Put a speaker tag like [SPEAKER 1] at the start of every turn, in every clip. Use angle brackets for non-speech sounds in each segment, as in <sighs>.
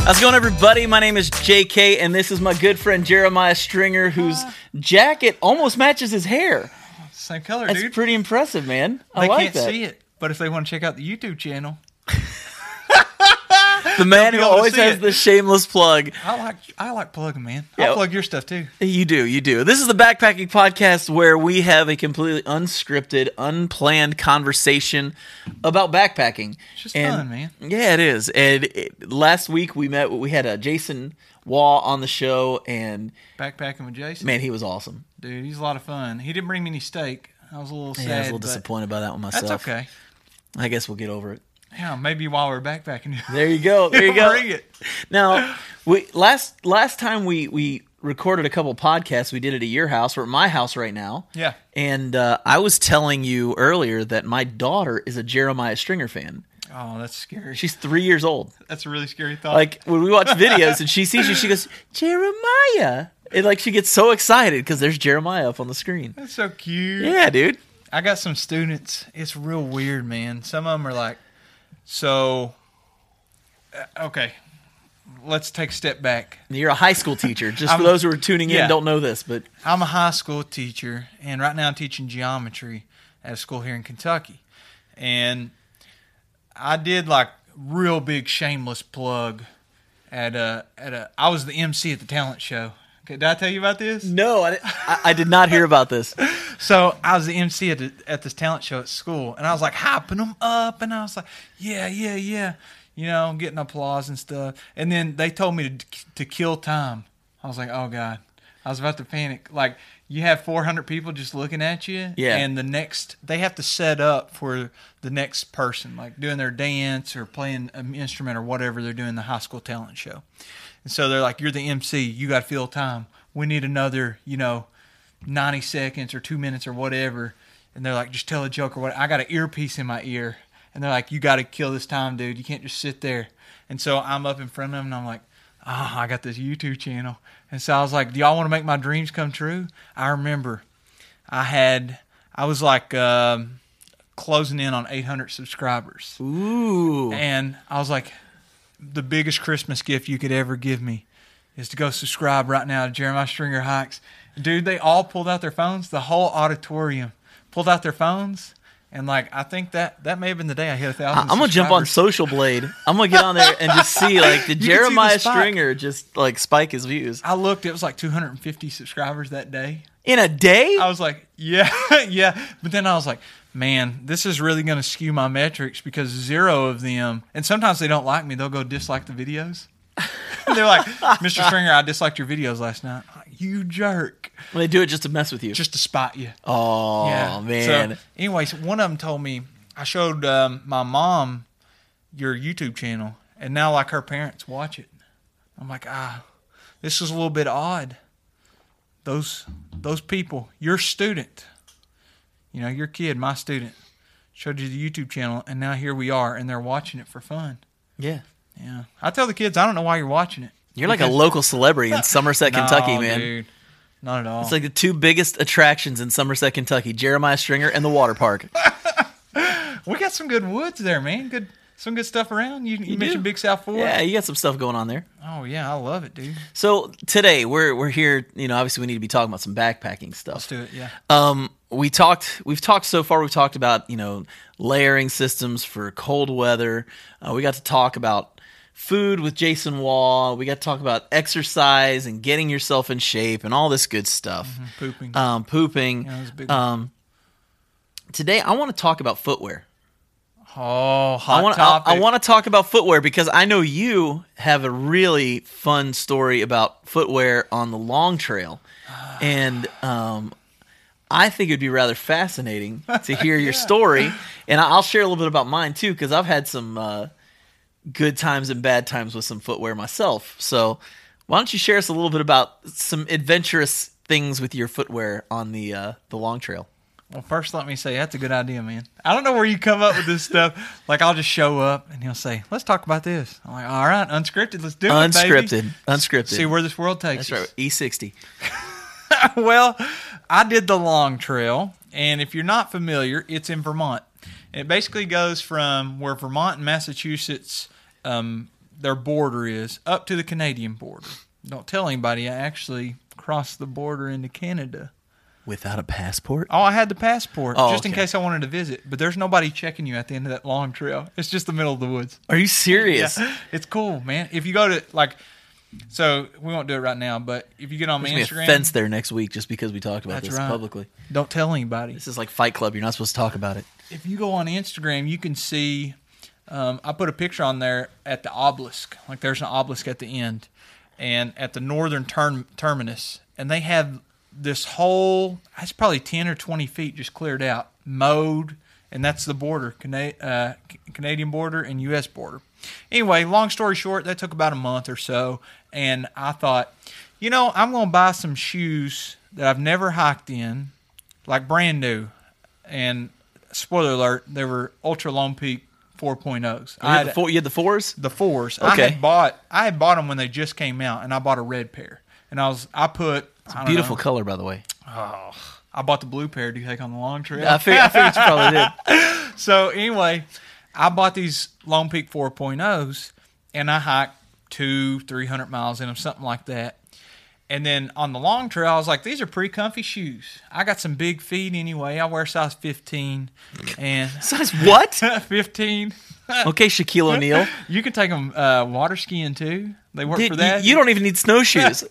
[SPEAKER 1] How's it going, everybody? My name is JK, and this is my good friend Jeremiah Stringer, whose
[SPEAKER 2] Ah.
[SPEAKER 1] jacket almost matches his hair.
[SPEAKER 2] Same color,
[SPEAKER 1] That's
[SPEAKER 2] dude.
[SPEAKER 1] pretty impressive, man. I
[SPEAKER 2] they
[SPEAKER 1] like
[SPEAKER 2] can't
[SPEAKER 1] that.
[SPEAKER 2] see it, but if they want to check out the YouTube channel,
[SPEAKER 1] The man who
[SPEAKER 2] able to
[SPEAKER 1] always
[SPEAKER 2] see
[SPEAKER 1] has
[SPEAKER 2] it.
[SPEAKER 1] the shameless plug.
[SPEAKER 2] I like I like plugging, man.
[SPEAKER 1] Yeah.
[SPEAKER 2] I plug your stuff too.
[SPEAKER 1] You do, you do. This is the Backpacking Podcast where we have a completely unscripted, unplanned conversation about backpacking. It's
[SPEAKER 2] just fun, man.
[SPEAKER 1] Yeah, it is. And it, last week we met, we had uh, Jason Waugh on the show, and
[SPEAKER 2] Backpacking with Jason,
[SPEAKER 1] man, he was awesome.
[SPEAKER 2] dude, he's a lot of fun. He didn't bring me any steak. I was a little sad.
[SPEAKER 1] Yeah, I was a little
[SPEAKER 2] but
[SPEAKER 1] disappointed by that one myself.
[SPEAKER 2] That's okay.
[SPEAKER 1] I guess we'll get over it.
[SPEAKER 2] Yeah, maybe while we're backpacking, <laughs>
[SPEAKER 1] There you go. There you go.
[SPEAKER 2] bring it.
[SPEAKER 1] Now, we last last time we we recorded a couple podcasts. We did it at your house. We're at my house right now.
[SPEAKER 2] Yeah.
[SPEAKER 1] And uh, I was telling you earlier that my daughter is a Jeremiah Stringer fan.
[SPEAKER 2] Oh, that's scary.
[SPEAKER 1] She's three years old.
[SPEAKER 2] That's a really scary thought.
[SPEAKER 1] Like when we watch videos and she sees you, she goes Jeremiah. And like she gets so excited because there's Jeremiah up on the screen.
[SPEAKER 2] that's so cute.
[SPEAKER 1] Yeah, dude.
[SPEAKER 2] I got some students. It's real weird, man. Some of them are like, so, uh, okay, let's take a step back.
[SPEAKER 1] You're a high school teacher. Just for
[SPEAKER 2] I'm-
[SPEAKER 1] those who are tuning in,
[SPEAKER 2] yeah.
[SPEAKER 1] don't know this, but
[SPEAKER 2] I'm a high school teacher, and right now I'm teaching geometry at a school here in Kentucky. And I did like real big shameless plug at a at a. I was the MC at the talent show. Okay, did I tell you about this?
[SPEAKER 1] no, I, I, I did not hear about
[SPEAKER 2] <laughs>
[SPEAKER 1] this.
[SPEAKER 2] So I was the MC at, the, at this talent show at school, and I was like hyping them up, and I was like, yeah, yeah, yeah, you know, getting applause and stuff. And then they told me to to kill time. I was like, oh god, I was about to panic. Like you have 400 people just looking at you,
[SPEAKER 1] Yeah.
[SPEAKER 2] and the next they have to set up for the next person, like doing their dance or playing an instrument or whatever they're doing the high school talent show. And so they're like, you're the MC, you got to fill time. We need another, you know. 90 seconds or two minutes or whatever. And they're like, just tell a joke or what. I got an earpiece in my ear. And they're like, you got to kill this time, dude. You can't just sit there. And so I'm up in front of them and I'm like, oh, I got this YouTube channel. And so I was like, do y'all want to make my dreams come true? I remember I had, I was like um, closing in on 800 subscribers.
[SPEAKER 1] Ooh.
[SPEAKER 2] And I was like, the biggest Christmas gift you could ever give me is to go subscribe right now to Jeremiah Stringer Hikes. Dude, they all pulled out their phones. The whole auditorium pulled out their phones. And like, I think that that may have been the day I hit a
[SPEAKER 1] I-
[SPEAKER 2] thousand.
[SPEAKER 1] I'm gonna jump on
[SPEAKER 2] subscribers.
[SPEAKER 1] Social Blade. I'm gonna get on there and just see
[SPEAKER 2] <laughs>
[SPEAKER 1] like did
[SPEAKER 2] You can see the
[SPEAKER 1] Jeremiah
[SPEAKER 2] spike.
[SPEAKER 1] Stringer just like spike his views
[SPEAKER 2] I looked, it was like 250 subscribers that day.
[SPEAKER 1] in a day?
[SPEAKER 2] I was like, yeah, <laughs> yeah. But then I was like, man, this is really going to skew my metrics because zero of them, and sometimes they don't like me, they'll go dislike the videos. <laughs> They're like, Mr. Stringer, I disliked your videos last night. I'm like, you jerk.
[SPEAKER 1] Well, they do it just to mess with you.
[SPEAKER 2] Just to spot you.
[SPEAKER 1] oh
[SPEAKER 2] Yeah.
[SPEAKER 1] man,
[SPEAKER 2] So, anyways, one of them told me I showed um, my mom your YouTube channel, and now like her parents watch it. I'm like, ah, this is a little bit odd. Those those people, your student, you know, your kid, my student, showed you the YouTube channel, and now here we are, and they're watching it for fun.
[SPEAKER 1] yeah.
[SPEAKER 2] Yeah, I tell the kids, I don't know why you're watching it.
[SPEAKER 1] You're like a local celebrity
[SPEAKER 2] <laughs>
[SPEAKER 1] in Somerset, Kentucky,
[SPEAKER 2] No,
[SPEAKER 1] man.
[SPEAKER 2] dude. Not at all.
[SPEAKER 1] It's like the two biggest attractions in Somerset, Kentucky: Jeremiah Stringer and the water
[SPEAKER 2] <laughs>
[SPEAKER 1] park.
[SPEAKER 2] We got some good woods there, man. Good, some good stuff around. You, you, mentioned
[SPEAKER 1] do.
[SPEAKER 2] Big South Fork.
[SPEAKER 1] yeah, you got some stuff going on there.
[SPEAKER 2] Oh yeah, I love it, dude.
[SPEAKER 1] So today we're we're here. You know, obviously we need to be talking about some backpacking stuff.
[SPEAKER 2] Let's do it. Yeah.
[SPEAKER 1] Um, we talked. We've talked so far. We've talked about you know layering systems for cold weather. Uh, we got to talk about food with Jason Wall. We got to talk about exercise and getting yourself in shape and all this good stuff.
[SPEAKER 2] Pooping.
[SPEAKER 1] Um, pooping.
[SPEAKER 2] Mm-hmm. that was a big one.
[SPEAKER 1] um, today I want to talk about footwear.
[SPEAKER 2] oh, hot
[SPEAKER 1] I want. I,
[SPEAKER 2] topic.
[SPEAKER 1] I want to talk about footwear because I know you have a really fun
[SPEAKER 2] <sighs>
[SPEAKER 1] story about footwear on the long trail, and um, I think it'd be rather fascinating to
[SPEAKER 2] <laughs>
[SPEAKER 1] hear your story, and I- I'll share a little bit about mine too because I've had some uh, good times and bad times with some footwear myself. So why don't you share us a little bit about some adventurous things with your footwear on the uh, the long trail?
[SPEAKER 2] Well, first, let me say that's a good idea, man. I don't know where you come up with this stuff. Like, I'll just show up and he'll say, "Let's talk about this." I'm like, "All right, unscripted, let's do it."
[SPEAKER 1] Unscripted,
[SPEAKER 2] baby.
[SPEAKER 1] unscripted.
[SPEAKER 2] See where this world takes
[SPEAKER 1] That's right, E
[SPEAKER 2] us.
[SPEAKER 1] E60.
[SPEAKER 2] <laughs> well, I did the long trail, and if you're not familiar, it's in Vermont. It basically goes from where Vermont and Massachusetts, um, their border is, up to the Canadian border. Don't tell anybody I actually crossed the border into Canada.
[SPEAKER 1] Without a passport?
[SPEAKER 2] Oh, I had the passport
[SPEAKER 1] Oh,
[SPEAKER 2] just in
[SPEAKER 1] okay.
[SPEAKER 2] case I wanted to visit, but there's nobody checking you at the end of that long trail. It's just the middle of
[SPEAKER 1] <laughs>
[SPEAKER 2] the woods.
[SPEAKER 1] Are you serious? <laughs>
[SPEAKER 2] Yeah, it's cool, man. If you go to like, so we won't do it right now, but if you get on my
[SPEAKER 1] There's gonna be
[SPEAKER 2] Instagram,
[SPEAKER 1] a fence there next week just because we talked about
[SPEAKER 2] That's
[SPEAKER 1] this
[SPEAKER 2] right.
[SPEAKER 1] publicly.
[SPEAKER 2] don't tell anybody.
[SPEAKER 1] This is like Fight Club. You're not supposed to talk about it.
[SPEAKER 2] if you go on Instagram, you can see. Um, I put a picture on there at the obelisk. Like there's an obelisk at the end, and at the northern term, terminus, and they have this whole. That's probably ten or twenty feet just cleared out, mowed, and that's the border, Cana- uh, C- Canadian border and U.S. border. Anyway, long story short, that took about a month or so, and I thought, you know, I'm going to buy some shoes that I've never hiked in, like brand new and spoiler alert, they were ultra long peak 4.0s.
[SPEAKER 1] You
[SPEAKER 2] I
[SPEAKER 1] had,
[SPEAKER 2] had
[SPEAKER 1] the four, you had the fours?
[SPEAKER 2] the fours. I
[SPEAKER 1] Okay.
[SPEAKER 2] had bought I had bought them when they just came out, and I bought a red pair. And I was I put I don't
[SPEAKER 1] Beautiful
[SPEAKER 2] know,
[SPEAKER 1] color, by the
[SPEAKER 2] <laughs>
[SPEAKER 1] way.
[SPEAKER 2] I bought the blue pair to take on the long trip.
[SPEAKER 1] I figured, I figured you probably
[SPEAKER 2] <laughs>
[SPEAKER 1] did.
[SPEAKER 2] so anyway, I bought these Long Peak 4.0s and I hiked two, 300 miles in them, something like that. And then on the long trail, I was like, these are pretty comfy shoes. I got some big feet anyway. I wear size 15 and
[SPEAKER 1] Size
[SPEAKER 2] <laughs>
[SPEAKER 1] what?
[SPEAKER 2] 15.
[SPEAKER 1] Okay, Shaquille O'Neal.
[SPEAKER 2] You can take them uh, water skiing too. They work
[SPEAKER 1] Dude,
[SPEAKER 2] for
[SPEAKER 1] you-
[SPEAKER 2] that.
[SPEAKER 1] you, don't even need
[SPEAKER 2] <laughs>
[SPEAKER 1] snowshoes.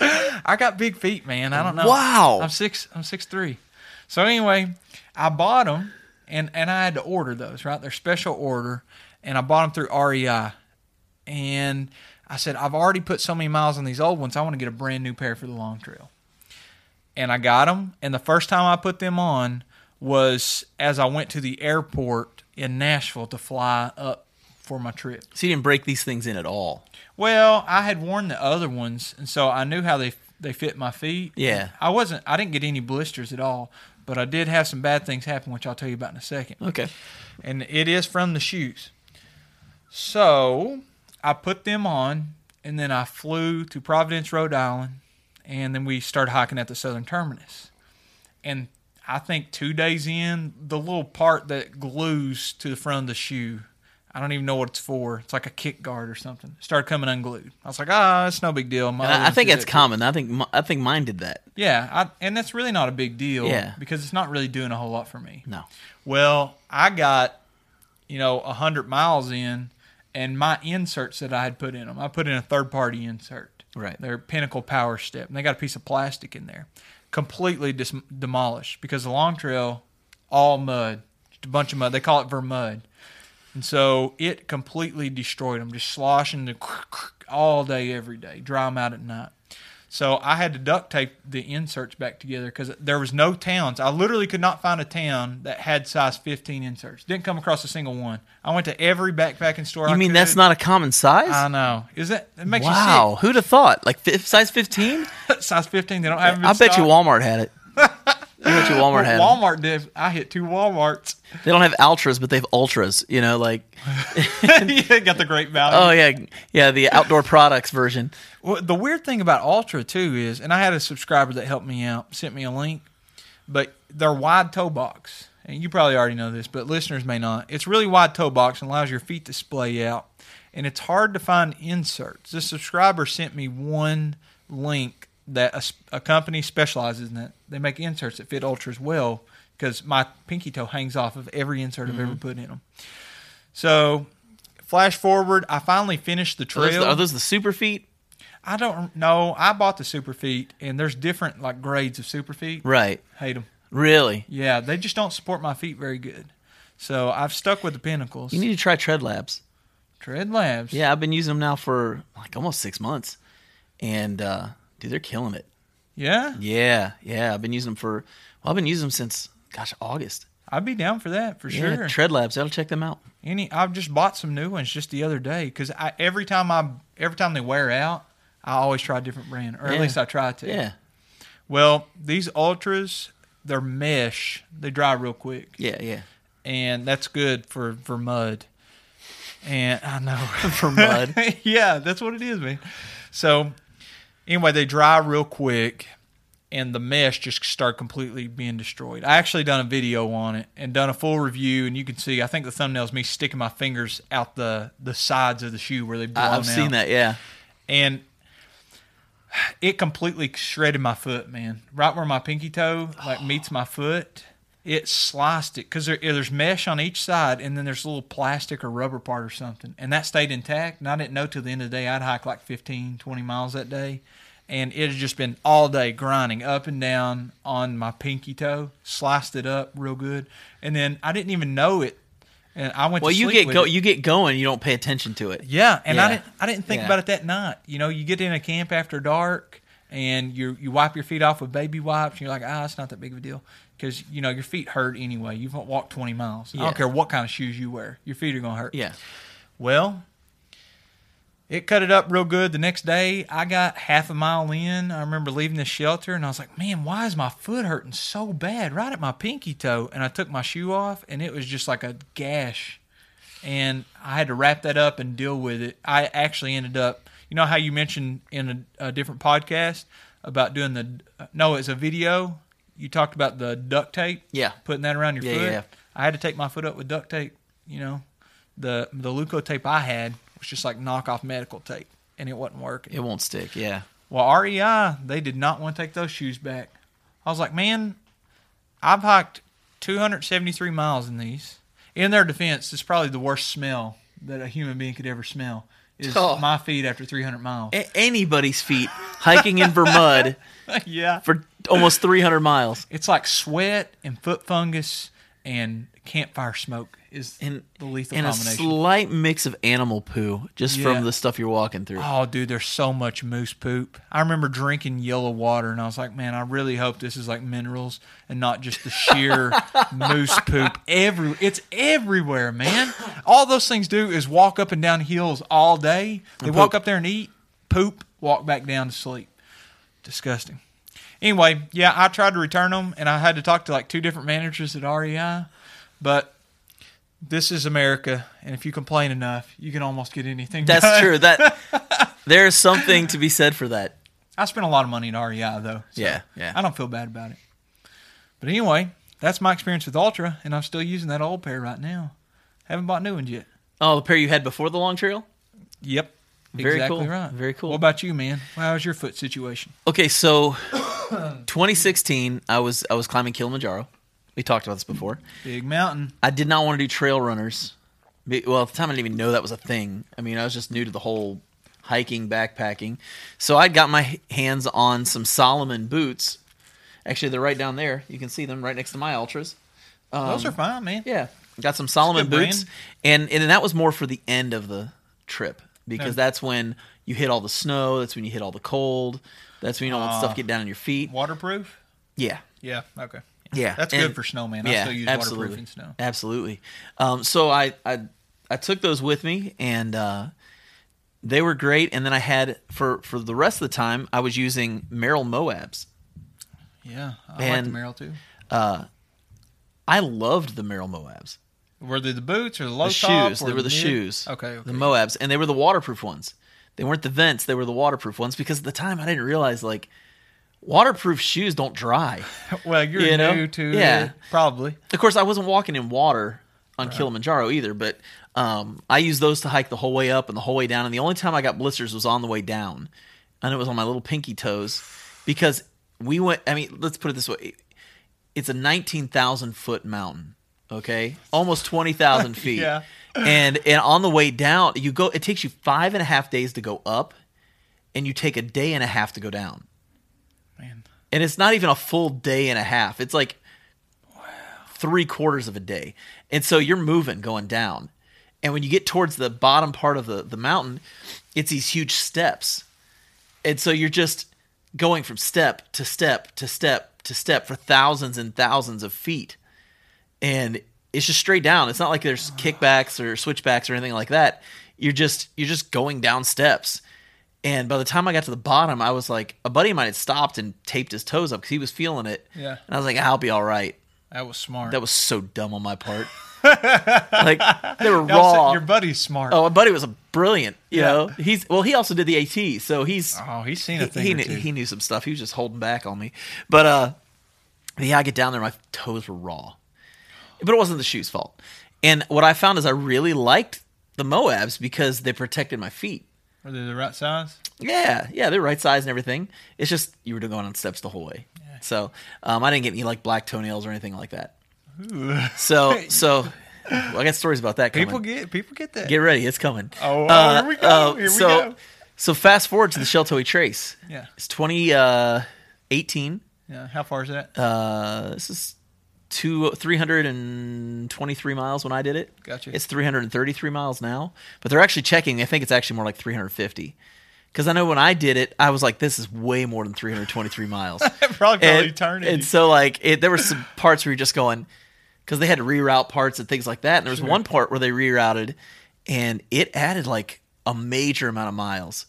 [SPEAKER 2] I got big feet, man. I don't know.
[SPEAKER 1] Wow.
[SPEAKER 2] I'm six. I'm six three. So anyway, I bought them, and and I had to order those. Right, they're special order, and I bought them through REI. And I said, I've already put so many miles on these old ones. I want to get a brand new pair for the long trail. And I got them. And the first time I put them on was as I went to the airport in Nashville to fly up for my trip.
[SPEAKER 1] so you didn't break these things in at all.
[SPEAKER 2] Well, I had worn the other ones, and so I knew how they they fit my feet.
[SPEAKER 1] Yeah.
[SPEAKER 2] I wasn't. I didn't get any blisters at all, but I did have some bad things happen, which I'll tell you about in a second.
[SPEAKER 1] Okay.
[SPEAKER 2] And it is from the shoes. So I put them on, and then I flew to Providence, Rhode Island, and then we started hiking at the southern terminus. And I think two days in, the little part that glues to the front of the shoe, I don't even know what it's for. It's like a kick guard or something. Started coming unglued. I was like, ah, it's no big deal. My other
[SPEAKER 1] I, I
[SPEAKER 2] ones
[SPEAKER 1] think
[SPEAKER 2] did
[SPEAKER 1] that's
[SPEAKER 2] that too."
[SPEAKER 1] common. I think mi- I think mine did that.
[SPEAKER 2] Yeah, I, and that's really not a big deal.
[SPEAKER 1] Yeah.
[SPEAKER 2] because it's not really doing a whole lot for me.
[SPEAKER 1] No.
[SPEAKER 2] Well, I got, you know, 100 miles in, and my inserts that I had put in them, I put in a third party insert.
[SPEAKER 1] Right.
[SPEAKER 2] They're Pinnacle Power Step, and they got a piece of plastic in there. Completely dis- demolished because the long trail, all mud, just a bunch of mud. They call it vermud. And so it completely destroyed them, just sloshing the all day, every day, dry them out at night. So I had to duct tape the inserts back together because there was no towns. I literally could not find a town that had size 15 inserts. Didn't come across a single one. I went to every backpacking store.
[SPEAKER 1] You
[SPEAKER 2] I
[SPEAKER 1] mean
[SPEAKER 2] could.
[SPEAKER 1] that's not a common size?
[SPEAKER 2] I know. Is that? It makes
[SPEAKER 1] wow. Who'd have thought? Like fi size 15?
[SPEAKER 2] you sick. <laughs> size 15. They don't have. 'em in
[SPEAKER 1] I bet you
[SPEAKER 2] stock.
[SPEAKER 1] Walmart had
[SPEAKER 2] <laughs>
[SPEAKER 1] it. I bet you Walmart had it.
[SPEAKER 2] Walmart did. I hit two WalMarts. <laughs>
[SPEAKER 1] They don't have ultras, but they have ultras. You know, like
[SPEAKER 2] yeah, got the great value.
[SPEAKER 1] oh yeah, yeah, the outdoor products version.
[SPEAKER 2] Well, the weird thing about Ultra too is, and I had a subscriber that helped me out, sent me a link, but their wide toe box, and you probably already know this, but listeners may not. It's really wide toe box and allows your feet to splay out, and it's hard to find inserts. This subscriber sent me one link that a, s- a company specializes in that they make inserts that fit Ultras well because my pinky toe hangs off of every insert I've ever put in them. So. Flash forward, I finally finished the
[SPEAKER 1] Are
[SPEAKER 2] trail.
[SPEAKER 1] those, Oh, the, are those the super feet?
[SPEAKER 2] I don't know. I bought the super feet, and there's different like grades of super feet.
[SPEAKER 1] Right.
[SPEAKER 2] Hate them.
[SPEAKER 1] Really?
[SPEAKER 2] Yeah, they just don't support my feet very good. So I've stuck with the Pinnacles.
[SPEAKER 1] You need to try Tread Labs.
[SPEAKER 2] Tread Labs.
[SPEAKER 1] Yeah, I've been using them now for like almost six months, and uh, dude, they're killing it.
[SPEAKER 2] Yeah.
[SPEAKER 1] Yeah, yeah, I've been using them for. Well, Well, I've been using them since gosh August.
[SPEAKER 2] I'd be down for that for
[SPEAKER 1] Yeah,
[SPEAKER 2] sure.
[SPEAKER 1] Tread Labs. I'll check them out.
[SPEAKER 2] Any, I've just bought some new ones just the other day because I every time I every time they wear out, I always try a different brand, or at
[SPEAKER 1] Yeah.
[SPEAKER 2] least I try to.
[SPEAKER 1] Yeah,
[SPEAKER 2] Well, these ultras, they're mesh. They dry real quick,
[SPEAKER 1] yeah, yeah.
[SPEAKER 2] and that's good for for mud. And I know
[SPEAKER 1] <laughs> For mud.
[SPEAKER 2] <laughs> yeah, that's what it is, man. So anyway, they dry real quick and the mesh just start completely being destroyed. I actually done a video on it and done a full review and you can see I think the thumbnail's me sticking my fingers out the the sides of the shoe where they blown
[SPEAKER 1] I-
[SPEAKER 2] out.
[SPEAKER 1] I've seen that. Yeah,
[SPEAKER 2] And it completely shredded my foot, man. Right where my pinky toe
[SPEAKER 1] <sighs>
[SPEAKER 2] like meets my foot, it sliced it because there, there's mesh on each side, and then there's a little plastic or rubber part or something, and that stayed intact. And I didn't know till the end of the day I'd hike like 15, 20 miles that day, and it had just been all day grinding up and down on my pinky toe, sliced it up real good, and then I didn't even know it. And I went.
[SPEAKER 1] Well,
[SPEAKER 2] to
[SPEAKER 1] you
[SPEAKER 2] sleep
[SPEAKER 1] get
[SPEAKER 2] with
[SPEAKER 1] go,
[SPEAKER 2] it.
[SPEAKER 1] you get going. You don't pay attention to it.
[SPEAKER 2] Yeah, and I
[SPEAKER 1] Yeah.
[SPEAKER 2] didn't I didn't think
[SPEAKER 1] Yeah.
[SPEAKER 2] about it that night. You know, you get in a camp after dark and you you wipe your feet off with baby wipes and you're like, "Ah, it's not that big of a deal." Cuz you know, your feet hurt anyway. You've walked 20 miles. I
[SPEAKER 1] Yeah.
[SPEAKER 2] don't care what kind of shoes you wear. Your feet are going to hurt.
[SPEAKER 1] Yeah.
[SPEAKER 2] Well, it cut it up real good. The next day, I got half a mile in. I remember leaving the shelter and I was like, man, why is my foot hurting so bad right at my pinky toe? And I took my shoe off and it was just like a gash. And I had to wrap that up and deal with it. I actually ended up, you know how you mentioned in a, a different podcast about doing the, no, it's a video. You talked about the duct tape.
[SPEAKER 1] Yeah.
[SPEAKER 2] Putting that around your
[SPEAKER 1] Yeah,
[SPEAKER 2] foot.
[SPEAKER 1] yeah, yeah.
[SPEAKER 2] I had to take my foot up with duct tape. You know, the the Luco tape I had was just like knockoff medical tape, and it wasn't working.
[SPEAKER 1] It won't stick. Yeah.
[SPEAKER 2] Well, REI they did not want to take those shoes back. I was like, man, I've hiked 273 miles in these. In their defense, it's probably the worst smell that a human being could ever smell. Is
[SPEAKER 1] <laughs> Oh.
[SPEAKER 2] my feet after 300 miles?
[SPEAKER 1] A- anybody's feet hiking in Vermud
[SPEAKER 2] <laughs> yeah,
[SPEAKER 1] for almost 300 miles.
[SPEAKER 2] it's like sweat and foot fungus and campfire smoke is
[SPEAKER 1] And,
[SPEAKER 2] the lethal
[SPEAKER 1] and a
[SPEAKER 2] combination.
[SPEAKER 1] slight mix of animal poo just
[SPEAKER 2] Yeah.
[SPEAKER 1] from the stuff you're walking through.
[SPEAKER 2] Oh, dude, there's so much moose poop. I remember drinking yellow water, and I was like, man, I really hope this is like minerals and not just
[SPEAKER 1] <laughs>
[SPEAKER 2] the sheer moose poop. Every it's everywhere, man. All those things do is walk up and down hills all day. They walk
[SPEAKER 1] poop.
[SPEAKER 2] up there and eat, poop, walk back down to sleep. Disgusting. Anyway, yeah, I tried to return them, and I had to talk to like two different managers at REI, but. This is America, and if you complain enough, you can almost get anything.
[SPEAKER 1] That's <laughs>
[SPEAKER 2] done.
[SPEAKER 1] true. That there is something to be said for that.
[SPEAKER 2] I spent a lot of money in REI though. so
[SPEAKER 1] Yeah, yeah.
[SPEAKER 2] I don't feel bad about it. But anyway, that's my experience with Ultra, and I'm still using that old pair right now. Haven't bought new ones yet.
[SPEAKER 1] Oh, the pair you had before the long trail?
[SPEAKER 2] Yep.
[SPEAKER 1] Very
[SPEAKER 2] exactly
[SPEAKER 1] cool.
[SPEAKER 2] right.
[SPEAKER 1] Very cool.
[SPEAKER 2] What about you, man? How's your foot situation?
[SPEAKER 1] Okay, so 2016 I was I was climbing Kilimanjaro. We talked about this before.
[SPEAKER 2] Big mountain.
[SPEAKER 1] I did not want to do trail runners. Be- Well, at the time, I didn't even know that was a thing. I mean, I was just new to the whole hiking, backpacking. So I got my h- hands on some Solomon boots. Actually, they're right down there. You can see them right next to my Ultras.
[SPEAKER 2] Those are fine, man.
[SPEAKER 1] Um, Yeah, got some Solomon
[SPEAKER 2] It's a good
[SPEAKER 1] boots,
[SPEAKER 2] brand.
[SPEAKER 1] and and that was more for the end of the trip because that's when you hit all the snow. That's when you hit all the cold. That's when you don't want
[SPEAKER 2] Ah.
[SPEAKER 1] stuff get down on your feet.
[SPEAKER 2] Waterproof?
[SPEAKER 1] Yeah,
[SPEAKER 2] Yeah. Okay.
[SPEAKER 1] yeah,
[SPEAKER 2] That's
[SPEAKER 1] and-
[SPEAKER 2] good for snowman. I still use waterproofing snow.
[SPEAKER 1] Absolutely. Um, so I, I I took those with me, and uh, they were great. And then I had for for the rest of the time, I was using Merrill Moabs.
[SPEAKER 2] Yeah. I like
[SPEAKER 1] And-
[SPEAKER 2] the Merrill too.
[SPEAKER 1] I loved the Merrill Moabs.
[SPEAKER 2] Were they the boots or the low
[SPEAKER 1] The
[SPEAKER 2] top?
[SPEAKER 1] shoes.
[SPEAKER 2] or
[SPEAKER 1] They were the
[SPEAKER 2] mid?
[SPEAKER 1] shoes.
[SPEAKER 2] Okay. okay.
[SPEAKER 1] The Moabs, and they were the waterproof ones. They weren't the vents. They were the waterproof ones because at the time I didn't realize like waterproof shoes don't
[SPEAKER 2] <laughs>
[SPEAKER 1] dry.
[SPEAKER 2] well, you're
[SPEAKER 1] you know?
[SPEAKER 2] new to
[SPEAKER 1] Yeah.
[SPEAKER 2] it, probably.
[SPEAKER 1] Of course, I wasn't walking in water on Kilimanjaro either, but um, I used those to hike the whole way up and the whole way down. And the only time I got blisters was on the way down, and it was on my little pinky toes because we went. I mean, let's put it this way: it's a nineteen thousand foot mountain, okay, almost twenty thousand feet.
[SPEAKER 2] Yeah.
[SPEAKER 1] And and on the way down, you go. It takes you five and a half days to go up, and you take a day and a half to go down.
[SPEAKER 2] Man.
[SPEAKER 1] And it's not even a full day and a half. It's like three quarters of a day. And so you're moving, going down. And when you get towards the bottom part of the, the mountain, it's these huge steps. And so you're just going from step to step to step to step for thousands and thousands of feet. And it's just straight down. It's not like there's kickbacks or switchbacks or anything like that. You're just you're just going down steps. And by the time I got to the bottom, I was like, a buddy of mine had stopped and taped his toes up because he was feeling it.
[SPEAKER 2] Yeah.
[SPEAKER 1] And I was like, I'll be all right.
[SPEAKER 2] That was smart.
[SPEAKER 1] That was so dumb on my part.
[SPEAKER 2] <laughs>
[SPEAKER 1] like they were
[SPEAKER 2] That was-
[SPEAKER 1] raw.
[SPEAKER 2] Your buddy's smart.
[SPEAKER 1] Oh, my buddy was a brilliant. You
[SPEAKER 2] Yeah.
[SPEAKER 1] know, he's well. He also did the AT, so he's
[SPEAKER 2] Oh, he's seen a
[SPEAKER 1] he,
[SPEAKER 2] thing
[SPEAKER 1] he
[SPEAKER 2] or
[SPEAKER 1] knew,
[SPEAKER 2] two.
[SPEAKER 1] he knew some stuff. He was just holding back on me. But uh, yeah, I get down there, my toes were raw, but it wasn't the shoes' fault. And what I found is I really liked the Moabs because they protected my feet.
[SPEAKER 2] Are they the right size?
[SPEAKER 1] Yeah, yeah, they're right size and everything. It's just you were going on steps the whole way. So um, I didn't get any like black toenails or anything like that.
[SPEAKER 2] <laughs>
[SPEAKER 1] So so well, I got stories about that. Coming.
[SPEAKER 2] People get people get that.
[SPEAKER 1] Get ready, it's coming. Uh,
[SPEAKER 2] Oh, oh, here we go, here we
[SPEAKER 1] so,
[SPEAKER 2] go.
[SPEAKER 1] So fast forward to the Sheltoe Trace.
[SPEAKER 2] Yeah.
[SPEAKER 1] It's 2018. Uh, 18.
[SPEAKER 2] yeah. How far is that? <laughs>
[SPEAKER 1] Uh, this is two 323 miles when I did it.
[SPEAKER 2] Gotcha.
[SPEAKER 1] It's 333 miles now, but they're actually checking. I think it's actually more like 350. Because I know when I did it, I was like, "This is way more than 323 miles."
[SPEAKER 2] Probably for all
[SPEAKER 1] and,
[SPEAKER 2] eternity.
[SPEAKER 1] And so, like, it, there were
[SPEAKER 2] <laughs>
[SPEAKER 1] some parts where you're just going because they had to reroute parts and things like that. And there was one part where they rerouted, and it added like a major amount of miles.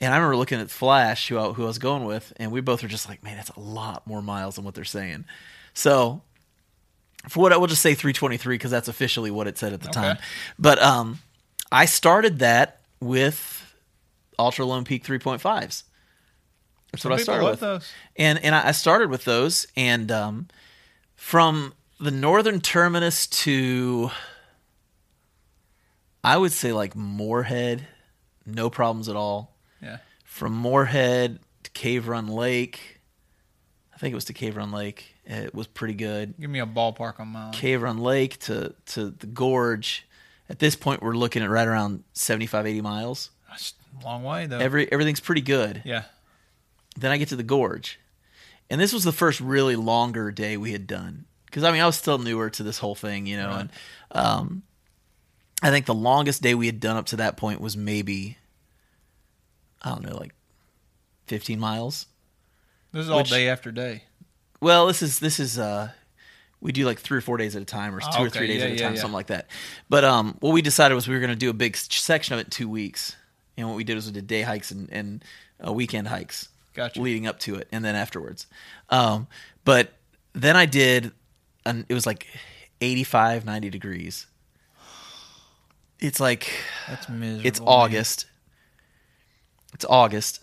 [SPEAKER 1] And I remember looking at Flash, who I, who I was going with, and we both were just like, "Man, that's a lot more miles than what they're saying." So, for what I will just say 323 because that's officially what it said at the time. But um, I started that with Ultra Lone Peak 3.5s. That's
[SPEAKER 2] Some
[SPEAKER 1] what I
[SPEAKER 2] people
[SPEAKER 1] started
[SPEAKER 2] love
[SPEAKER 1] with
[SPEAKER 2] those.
[SPEAKER 1] and and I I started with those, and um, from the northern terminus to, I would say like Moorhead, no problems at all.
[SPEAKER 2] Yeah.
[SPEAKER 1] From Moorhead to Cave Run Lake, I think it was to Cave Run Lake. It was pretty good.
[SPEAKER 2] Give me a ballpark on mine.
[SPEAKER 1] Cave Run Lake to to the gorge. At this point, we're looking at right around 75, 80 miles.
[SPEAKER 2] That's a long way though.
[SPEAKER 1] Every everything's pretty good.
[SPEAKER 2] yeah.
[SPEAKER 1] Then I get to the gorge. And this was the first really longer day we had done. Because, I mean, I was still newer to this whole thing, you know. And um, I think the longest day we had done up to that point was maybe, I don't know, like 15 miles.
[SPEAKER 2] This is all
[SPEAKER 1] Which-
[SPEAKER 2] day after day.
[SPEAKER 1] Well, this is, this is, uh, we do like three or four days at a time, or two
[SPEAKER 2] Oh,
[SPEAKER 1] or
[SPEAKER 2] okay.
[SPEAKER 1] three days
[SPEAKER 2] Yeah,
[SPEAKER 1] at a
[SPEAKER 2] yeah,
[SPEAKER 1] time,
[SPEAKER 2] yeah.
[SPEAKER 1] something like that. But um, what we decided was we were going to do a big s- section of it in two weeks. And what we did was we did day hikes and, and uh, weekend hikes
[SPEAKER 2] Gotcha.
[SPEAKER 1] leading up to it and then afterwards. Um, but then I did, an, it was like 85, 90 degrees. It's like,
[SPEAKER 2] That's miserable.
[SPEAKER 1] it's
[SPEAKER 2] man.
[SPEAKER 1] August. It's August.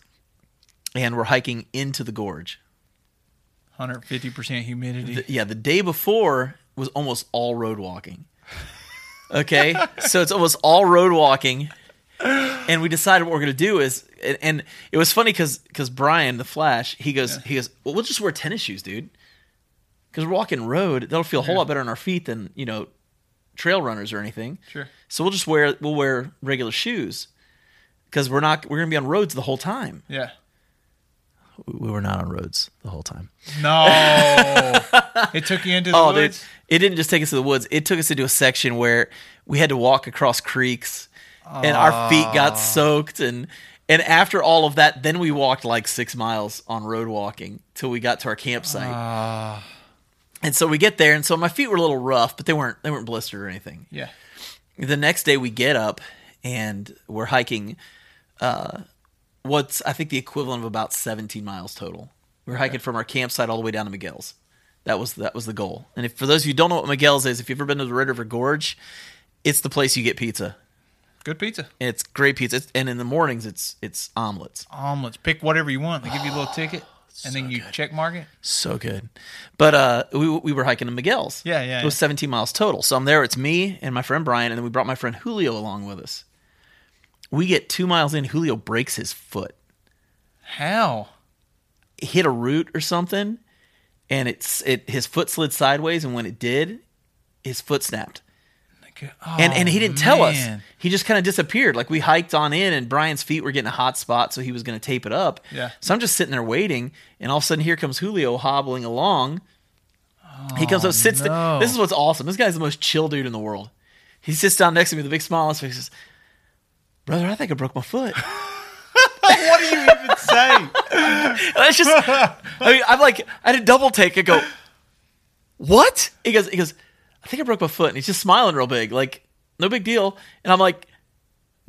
[SPEAKER 1] And we're hiking into the gorge.
[SPEAKER 2] 150% humidity.
[SPEAKER 1] The- yeah, the day before was almost all road walking. Okay, so it's almost all road walking, and we decided what we're gonna do is, and, and it was funny because because Brian the Flash he goes he goes well we'll just wear tennis shoes, dude, because we're walking road that'll feel a whole lot better on our feet than you know trail runners or anything.
[SPEAKER 2] Sure.
[SPEAKER 1] So we'll just wear we'll wear regular shoes because we're not we're gonna be on roads the whole time.
[SPEAKER 2] yeah.
[SPEAKER 1] We were not on roads the whole time. <laughs>
[SPEAKER 2] No. it took you into the
[SPEAKER 1] Oh, dude,
[SPEAKER 2] woods.
[SPEAKER 1] it didn't just take us to the woods. It took us into a section where we had to walk across creeks, and our feet
[SPEAKER 2] Ah.
[SPEAKER 1] got soaked. And and after all of that, then we walked like six miles on road walking till we got to our campsite.
[SPEAKER 2] Ah.
[SPEAKER 1] And so we get there, and so my feet were a little rough, but they weren't they weren't blistered or anything
[SPEAKER 2] Yeah.
[SPEAKER 1] the next day we get up and we're hiking uh what's i think the equivalent of about 17 miles total we're hiking from our campsite all the way down to mcgill's that was that was the goal and if for those of you who don't know what mcgill's is if you've ever been to the red river gorge it's the place you get pizza
[SPEAKER 2] Good pizza.
[SPEAKER 1] and it's great pizza It's- and in the mornings it's it's omelets
[SPEAKER 2] Omelets. Pick whatever you want. They give you a little ticket
[SPEAKER 1] Oh,
[SPEAKER 2] and then you check mark it.
[SPEAKER 1] So good. But uh, we, we were hiking to Miguel's.
[SPEAKER 2] Yeah, yeah,
[SPEAKER 1] It was
[SPEAKER 2] yeah.
[SPEAKER 1] 17 miles total. So I'm there. It's me and my friend Brian. And then we brought my friend Julio along with us. We get two miles in. Julio breaks his foot,
[SPEAKER 2] How?
[SPEAKER 1] hit a root or something. And it's it his foot slid sideways. And when it did, his foot snapped.
[SPEAKER 2] Like,
[SPEAKER 1] And, and he
[SPEAKER 2] oh,
[SPEAKER 1] didn't tell us.
[SPEAKER 2] man.
[SPEAKER 1] He just kind of disappeared. Like we hiked on in, and Brian's feet were getting a hot spot, so he was going to tape it up.
[SPEAKER 2] Yeah.
[SPEAKER 1] So I'm just sitting there waiting, and all of a sudden here comes Julio hobbling along. he comes up, sits. th-
[SPEAKER 2] Oh, no.
[SPEAKER 1] this is what's awesome. This guy's the most chill dude in the world. He sits down next to me with a big smile on his face. He says, "Brother, I think I broke my foot."
[SPEAKER 2] What do you even say?
[SPEAKER 1] And That's just I mean, I'm like, I had a double take. I go, what? He goes, he goes, I think I broke my foot. And he's just smiling real big, like, no big deal. And I'm like,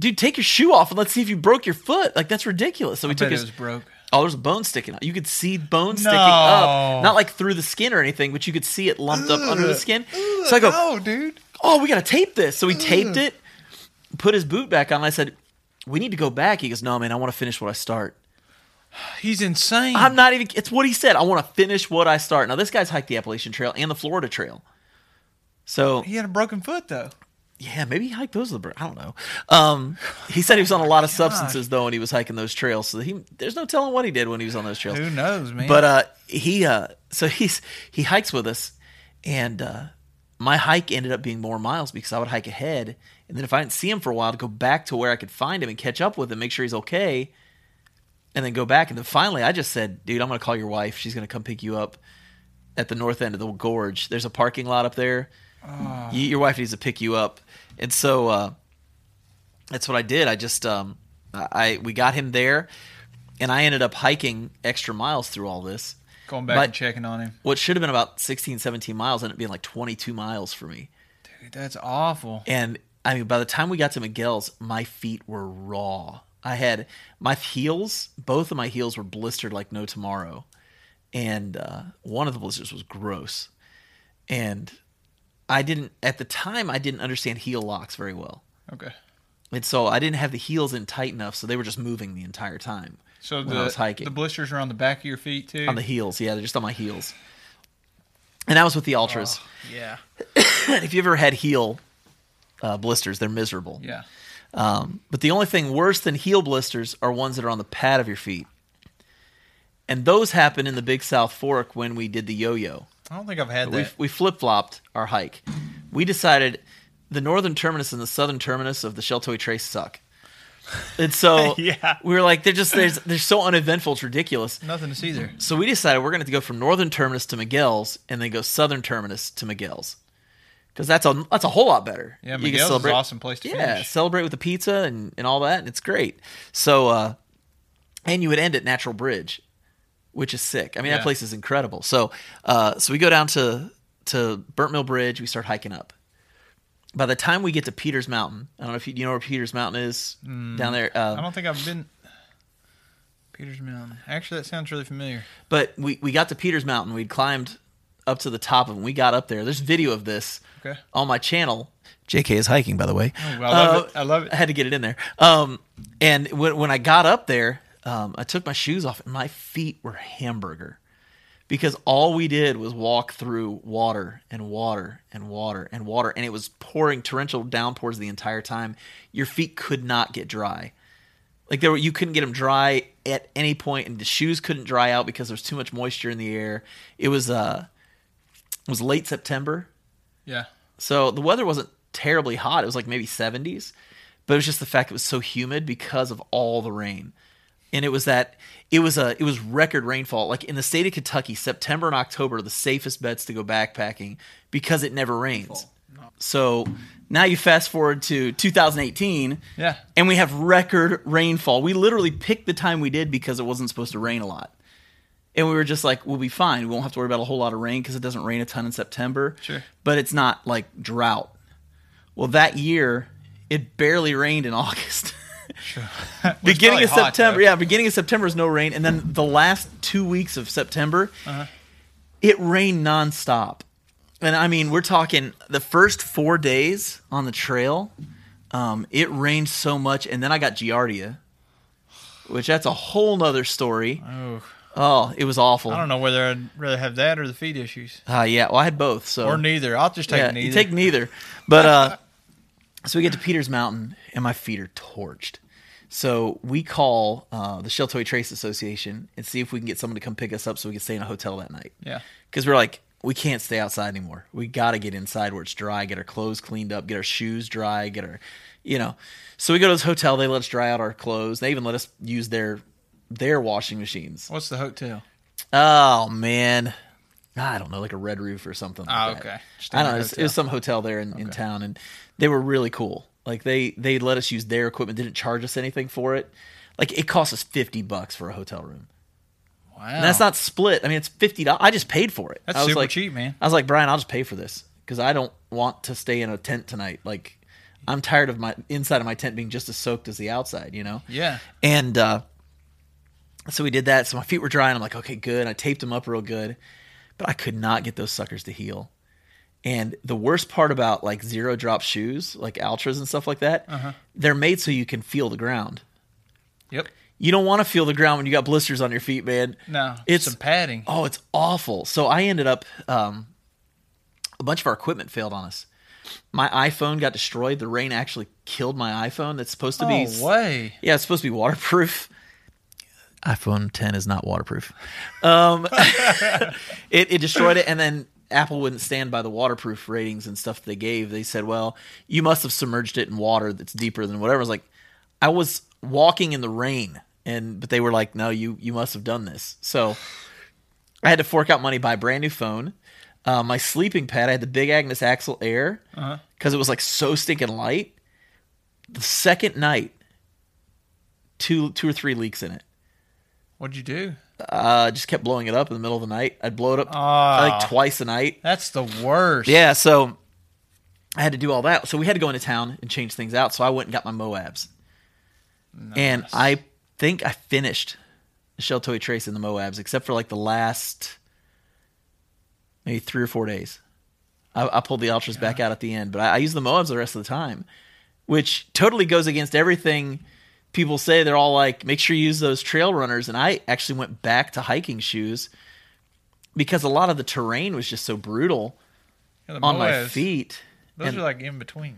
[SPEAKER 1] dude, take your shoe off and let's see if you broke your foot. Like, that's ridiculous. So we
[SPEAKER 2] I bet
[SPEAKER 1] took
[SPEAKER 2] it
[SPEAKER 1] his.
[SPEAKER 2] was broke.
[SPEAKER 1] Oh, there's a bone sticking out. You could see bone sticking up.
[SPEAKER 2] No.
[SPEAKER 1] Not like through the skin or anything, but you could see it lumped up under the skin. so I go,
[SPEAKER 2] no, dude.
[SPEAKER 1] oh, we got to tape this. So we taped it, put his boot back on. I said, we need to go back. He goes, no, man, I want to finish what I start.
[SPEAKER 2] He's insane.
[SPEAKER 1] I'm not even, it's what he said. I want to finish what I start. Now, this guy's hiked the Appalachian Trail and the Florida Trail. So,
[SPEAKER 2] He had a broken foot though.
[SPEAKER 1] yeah, maybe he hiked those. with the br- I don't know. Um, he said he was on a
[SPEAKER 2] Oh
[SPEAKER 1] lot of substances, though, when he was hiking those trails. So he, there's no telling what he did when he was on those trails.
[SPEAKER 2] Who knows, man?
[SPEAKER 1] But uh, he uh, so he's he hikes with us, and uh, my hike ended up being more miles because I would hike ahead, and then if I didn't see him for a while, to go back to where I could find him and catch up with him, make sure he's okay, and then go back. And then finally, I just said, "Dude, I'm gonna call your wife. She's gonna come pick you up at the north end of the gorge. There's a parking lot up there.
[SPEAKER 2] Ah.
[SPEAKER 1] You, your wife needs to pick you up." And so uh, that's what I did. I just um, I we got him there, and I ended up hiking extra miles through all this.
[SPEAKER 2] going back
[SPEAKER 1] but-
[SPEAKER 2] and checking on him.
[SPEAKER 1] What should have been about 16, 17 miles ended up being like 22 miles for me.
[SPEAKER 2] Dude, that's awful.
[SPEAKER 1] And I mean, by the time we got to Miguel's, my feet were raw. I had my heels, both of my heels were blistered like no tomorrow. And uh, one of the blisters was gross. And I didn't, at the time, I didn't understand heel locks very well.
[SPEAKER 2] Okay.
[SPEAKER 1] And so I didn't have the heels in tight enough, so they were just moving the entire time.
[SPEAKER 2] So
[SPEAKER 1] when I was
[SPEAKER 2] the
[SPEAKER 1] hiking
[SPEAKER 2] the blisters are on the back of your feet too.
[SPEAKER 1] on the heels, yeah, they're just on my heels. And I was with the ultras.
[SPEAKER 2] yeah.
[SPEAKER 1] if you ever had heel uh, blisters, they're miserable.
[SPEAKER 2] Yeah.
[SPEAKER 1] Um, but the only thing worse than heel blisters are ones that are on the pad of your feet. And those happen in the Big South Fork when we did the yo-yo.
[SPEAKER 2] I don't think I've had
[SPEAKER 1] We,
[SPEAKER 2] that.
[SPEAKER 1] we flip-flopped our hike. We decided the northern terminus and the southern terminus of the Sheltoy Trace suck. And so
[SPEAKER 2] <laughs> Yeah.
[SPEAKER 1] we were like, they're just they're, they're so uneventful, it's ridiculous.
[SPEAKER 2] Nothing to see
[SPEAKER 1] <laughs>
[SPEAKER 2] there.
[SPEAKER 1] So we decided we're going to go from northern terminus to Miguel's and then go southern terminus to Miguel's because that's a that's a whole lot better.
[SPEAKER 2] Yeah,
[SPEAKER 1] You can
[SPEAKER 2] Miguel's is an
[SPEAKER 1] celebrate-
[SPEAKER 2] awesome place to
[SPEAKER 1] yeah,
[SPEAKER 2] finish.
[SPEAKER 1] celebrate with the pizza and and all that, and it's great. So, uh, and you would end at Natural Bridge, which is sick. I mean, that
[SPEAKER 2] Yeah.
[SPEAKER 1] place is incredible. So, uh, so we go down to to Burnt Mill Bridge. We start hiking up. By the time we get to Peters Mountain, I don't know if you, you know where Peters Mountain is
[SPEAKER 2] Mm,
[SPEAKER 1] down there. Uh,
[SPEAKER 2] I don't think I've been. Peters Mountain. Actually, that sounds really familiar.
[SPEAKER 1] But we, we got to Peters Mountain. We'd climbed up to the top of it. We got up there. There's video of this
[SPEAKER 2] Okay.
[SPEAKER 1] on my channel. JK is hiking, by the way.
[SPEAKER 2] <laughs> I love it. I love it.
[SPEAKER 1] Uh, I had to get it in there. Um, and when, when I got up there, um, I took my shoes off and my feet were hamburger because all we did was walk through water and water and water and water. And it was pouring torrential downpours the entire time. Your feet could not get dry. Like there were, you couldn't get them dry at any point, and the shoes couldn't dry out because there was too much moisture in the air. It was uh, it was late September,
[SPEAKER 2] Yeah.
[SPEAKER 1] so the weather wasn't terribly hot. It was like maybe 70s, but it was just the fact it was so humid because of all the rain. And it was that it was a it was record rainfall. Like in the state of Kentucky, September and October are the safest bets to go backpacking because it never rains. So now you fast forward to 2018,
[SPEAKER 2] Yeah.
[SPEAKER 1] and we have record rainfall. We literally picked the time we did because it wasn't supposed to rain a lot and we were just like, we'll be fine. We won't have to worry about a whole lot of rain because it doesn't rain a ton in September.
[SPEAKER 2] Sure.
[SPEAKER 1] But it's not like drought. Well, that year, it barely rained in <laughs> August.
[SPEAKER 2] <laughs>
[SPEAKER 1] beginning
[SPEAKER 2] probably
[SPEAKER 1] of
[SPEAKER 2] hot,
[SPEAKER 1] September.
[SPEAKER 2] though.
[SPEAKER 1] yeah, beginning of September is no rain. And then the last two weeks of September,
[SPEAKER 2] Uh-huh.
[SPEAKER 1] it rained nonstop. And I mean, we're talking the first four days on the trail, um, it rained so much. And then I got Giardia, which that's a whole nother story.
[SPEAKER 2] Oh,
[SPEAKER 1] Oh, it was awful.
[SPEAKER 2] I don't know whether I'd rather have that or the feet issues
[SPEAKER 1] Uh, yeah, well, I had both, so
[SPEAKER 2] or neither. I'll just take
[SPEAKER 1] yeah,
[SPEAKER 2] neither.
[SPEAKER 1] you take neither. But uh,
[SPEAKER 2] <laughs>
[SPEAKER 1] so we get to Peters Mountain, and my feet are torched. So we call uh, the Sheltoy Trace Association and see if we can get someone to come pick us up so we can stay in a hotel that night.
[SPEAKER 2] yeah.
[SPEAKER 1] because we're like we can't stay outside anymore. We got to get inside where it's dry, get our clothes cleaned up, get our shoes dry, get our, you know. So we go to this hotel. They let us dry out our clothes. They even let us use their their washing machines.
[SPEAKER 2] What's the hotel?
[SPEAKER 1] Oh man, I don't know, like a Red Roof or something. Like
[SPEAKER 2] Ah,
[SPEAKER 1] that.
[SPEAKER 2] okay. Just
[SPEAKER 1] I don't
[SPEAKER 2] a
[SPEAKER 1] know. It was, it
[SPEAKER 2] hotel.
[SPEAKER 1] was some hotel there in, in town, and they were really cool. Like they they let us use their equipment, didn't charge us anything for it. Like it cost us fifty bucks for a hotel room.
[SPEAKER 2] Wow.
[SPEAKER 1] And that's not split. I mean, it's fifty dollars. I just paid for it.
[SPEAKER 2] Oh. That's
[SPEAKER 1] I was
[SPEAKER 2] super
[SPEAKER 1] like,
[SPEAKER 2] cheap, man.
[SPEAKER 1] I was like, Brian, I'll just pay for this because I don't want to stay in a tent tonight. Like, I'm tired of my inside of my tent being just as soaked as the outside. You know?
[SPEAKER 2] Yeah.
[SPEAKER 1] And uh, so we did that. So my feet were dry, and I'm like, okay, good. I taped them up real good, but I could not get those suckers to heal. And the worst part about like zero drop shoes, like Altras and stuff like that,
[SPEAKER 2] Uh-huh.
[SPEAKER 1] they're made so you can feel the ground.
[SPEAKER 2] Yep.
[SPEAKER 1] You don't want to feel the ground when you got blisters on your feet, man.
[SPEAKER 2] No,
[SPEAKER 1] it's
[SPEAKER 2] some padding.
[SPEAKER 1] Oh, it's awful. So I ended up um, a bunch of our equipment failed on us. My iPhone got destroyed. The rain actually killed my iPhone. That's supposed to
[SPEAKER 2] No
[SPEAKER 1] be
[SPEAKER 2] way.
[SPEAKER 1] yeah, it's supposed to be waterproof. iPhone 10 is not waterproof. Um, <laughs> it, it destroyed it, and then Apple wouldn't stand by the waterproof ratings and stuff they gave. They said, "Well, you must have submerged it in water that's deeper than whatever." I was like, "I was walking in the rain," and but they were like, "No, you you must have done this." So I had to fork out money buy a brand new phone. Uh, my sleeping pad, I had the Big Agnes Axle Air
[SPEAKER 2] Uh-huh.
[SPEAKER 1] because it was like so stinking light. The second night, two two or three leaks in it.
[SPEAKER 2] What'd you do?
[SPEAKER 1] Uh, just kept blowing it up in the middle of the night. I'd blow it up
[SPEAKER 2] Ah.
[SPEAKER 1] like twice a night.
[SPEAKER 2] That's the worst.
[SPEAKER 1] Yeah, so I had to do all that. So we had to go into town and change things out. So I went and got my Moabs, and I think I finished Shell Toy Trace in the Moabs, except for like the last maybe three or four days. I, I pulled the ultras back out at the end, but I, I used the Moabs the rest of the time, which totally goes against everything people say. They're all like, make sure you use those trail runners. And I actually went back to hiking shoes because a lot of the terrain was just so brutal
[SPEAKER 2] Yeah, the
[SPEAKER 1] on my
[SPEAKER 2] Moabs,
[SPEAKER 1] feet.
[SPEAKER 2] Those
[SPEAKER 1] and-
[SPEAKER 2] are like in between.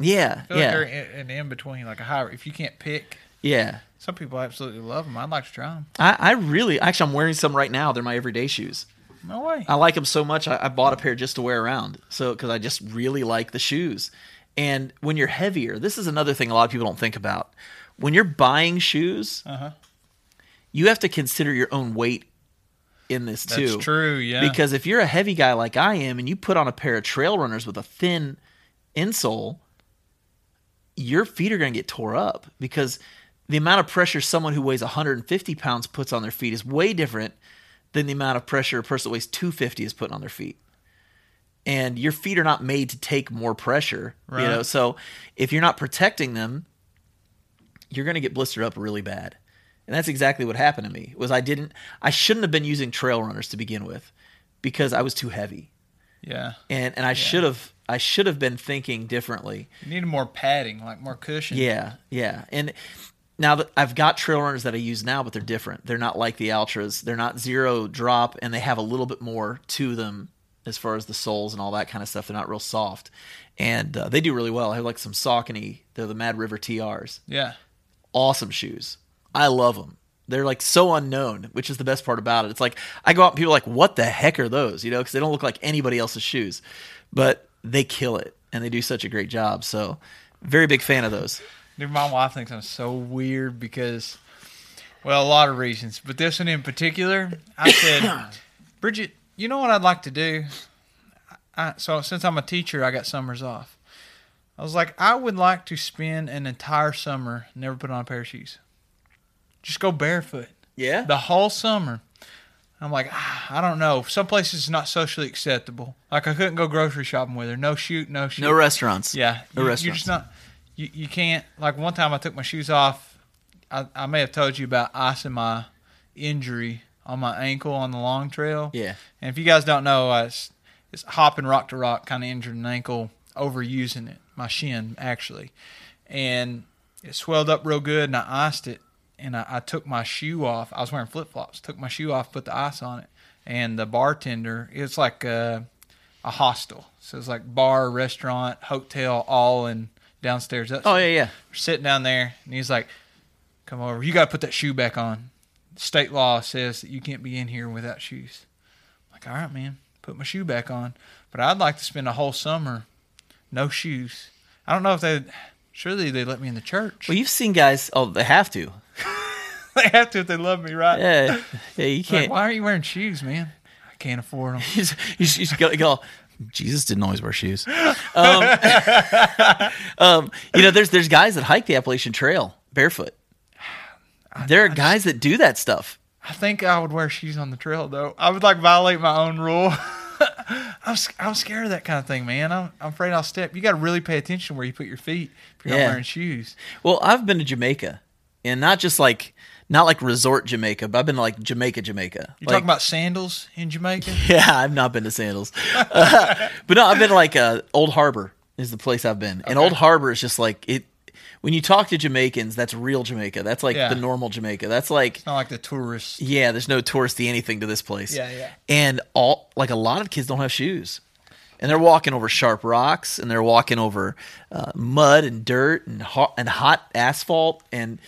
[SPEAKER 1] Yeah,
[SPEAKER 2] I feel like
[SPEAKER 1] yeah,
[SPEAKER 2] they're in, in, in between, like a high. If you can't pick,
[SPEAKER 1] yeah.
[SPEAKER 2] some people absolutely love them. I'd like to try them.
[SPEAKER 1] I, I really, actually, I'm wearing some right now. They're my everyday shoes.
[SPEAKER 2] No way.
[SPEAKER 1] I like them so much. I, I bought a pair just to wear around. So because I just really like the shoes. And when you're heavier, this is another thing a lot of people don't think about. When you're buying shoes,
[SPEAKER 2] Uh-huh.
[SPEAKER 1] you have to consider your own weight in this
[SPEAKER 2] That's
[SPEAKER 1] too.
[SPEAKER 2] true, yeah.
[SPEAKER 1] Because if you're a heavy guy like I am, and you put on a pair of trail runners with a thin insole, your feet are going to get tore up because the amount of pressure someone who weighs 150 pounds puts on their feet is way different than the amount of pressure a person that weighs 250 is putting on their feet. And your feet are not made to take more pressure, you
[SPEAKER 2] Right.
[SPEAKER 1] know. So if you're not protecting them, you're going to get blistered up really bad. And that's exactly what happened to me. Was I didn't I shouldn't have been using trail runners to begin with because I was too heavy.
[SPEAKER 2] yeah.
[SPEAKER 1] And and I should have I should have been thinking differently.
[SPEAKER 2] You need more padding, like more cushion.
[SPEAKER 1] Yeah, yeah. And now that I've got trail runners that I use now, but they're different. They're not like the Altras. They're not zero drop, and they have a little bit more to them as far as the soles and all that kind of stuff. They're not real soft, and uh, they do really well. I have like some Saucony. They're the Mad River TRs.
[SPEAKER 2] Yeah.
[SPEAKER 1] Awesome shoes. I love them. They're like so unknown, which is the best part about it. It's like I go out and people are like, "What the heck are those?" You know, because they don't look like anybody else's shoes, but they kill it and they do such a great job. So, very big fan of those.
[SPEAKER 2] Dude, my wife thinks I'm so weird because, well, a lot of reasons, but this one in particular, I said, <coughs> Bridget, you know what I'd like to do? I, so since I'm a teacher, I got summers off. I was like, I would like to spend an entire summer never put on a pair of shoes. Just go barefoot
[SPEAKER 1] Yeah.
[SPEAKER 2] the whole summer. I'm like, ah, I don't know. Some places it's not socially acceptable. Like I couldn't go grocery shopping with her. No shoot, no shoot.
[SPEAKER 1] No restaurants.
[SPEAKER 2] Yeah,
[SPEAKER 1] No
[SPEAKER 2] you,
[SPEAKER 1] restaurants.
[SPEAKER 2] You're just not. You, you can't. Like one time, I took my shoes off. I, I may have told you about icing my injury on my ankle on the long trail.
[SPEAKER 1] Yeah.
[SPEAKER 2] And if you guys don't know, I s- it's hopping rock to rock, kind of injured an ankle, overusing it, my shin actually, and it swelled up real good, and I iced it, and I, I took my shoe off. I was wearing flip flops. Took my shoe off, put the ice on it, and the bartender, it's like a, a hostel, so it's like bar, restaurant, hotel, all in downstairs. That's
[SPEAKER 1] oh yeah, yeah.
[SPEAKER 2] we're sitting down there, and he's like, "Come over. You got to put that shoe back on. State law says that you can't be in here without shoes." I'm like, all right, man, put my shoe back on. But I'd like to spend a whole summer, no shoes. I don't know if they. Surely they let me in the church. <laughs>
[SPEAKER 1] Well, you've seen guys. Oh, they have to.
[SPEAKER 2] they have to if they love me, right?
[SPEAKER 1] Yeah, yeah. You
[SPEAKER 2] Like,
[SPEAKER 1] can't. <laughs>
[SPEAKER 2] why are you wearing shoes, man? I can't afford them.
[SPEAKER 1] He's, he's, he's gonna go. Jesus didn't always wear
[SPEAKER 2] <laughs>
[SPEAKER 1] shoes. Um, um, you know, there's there's
[SPEAKER 2] <sighs>
[SPEAKER 1] guys that hike the Appalachian Trail barefoot. There are guys that do that stuff.
[SPEAKER 2] I think I would wear shoes on the trail though. I would like violate my own rule. <laughs> I'm, sc- I'm scared of that kind of thing, man. I'm, I'm afraid I'll step. You got to really pay attention where you put your feet if you're
[SPEAKER 1] Yeah.
[SPEAKER 2] not wearing shoes.
[SPEAKER 1] Well, I've been to Jamaica, and not just like not like resort Jamaica, but I've been to like Jamaica, Jamaica.
[SPEAKER 2] You're
[SPEAKER 1] Like-
[SPEAKER 2] talking about sandals in Jamaica?
[SPEAKER 1] <laughs> Yeah, I've not been to Sandals, <laughs> Uh, but no, I've been to, like uh, Old Harbor is the place I've been, and Old Harbor is just like it. When you talk to Jamaicans, that's real Jamaica. That's like
[SPEAKER 2] Yeah.
[SPEAKER 1] the normal Jamaica. That's like
[SPEAKER 2] Not like the tourists.
[SPEAKER 1] yeah, there's no touristy anything to this place.
[SPEAKER 2] Yeah, yeah.
[SPEAKER 1] And all like a lot of kids don't have shoes, and they're walking over sharp rocks, and they're walking over uh, mud and dirt and hot and hot asphalt, and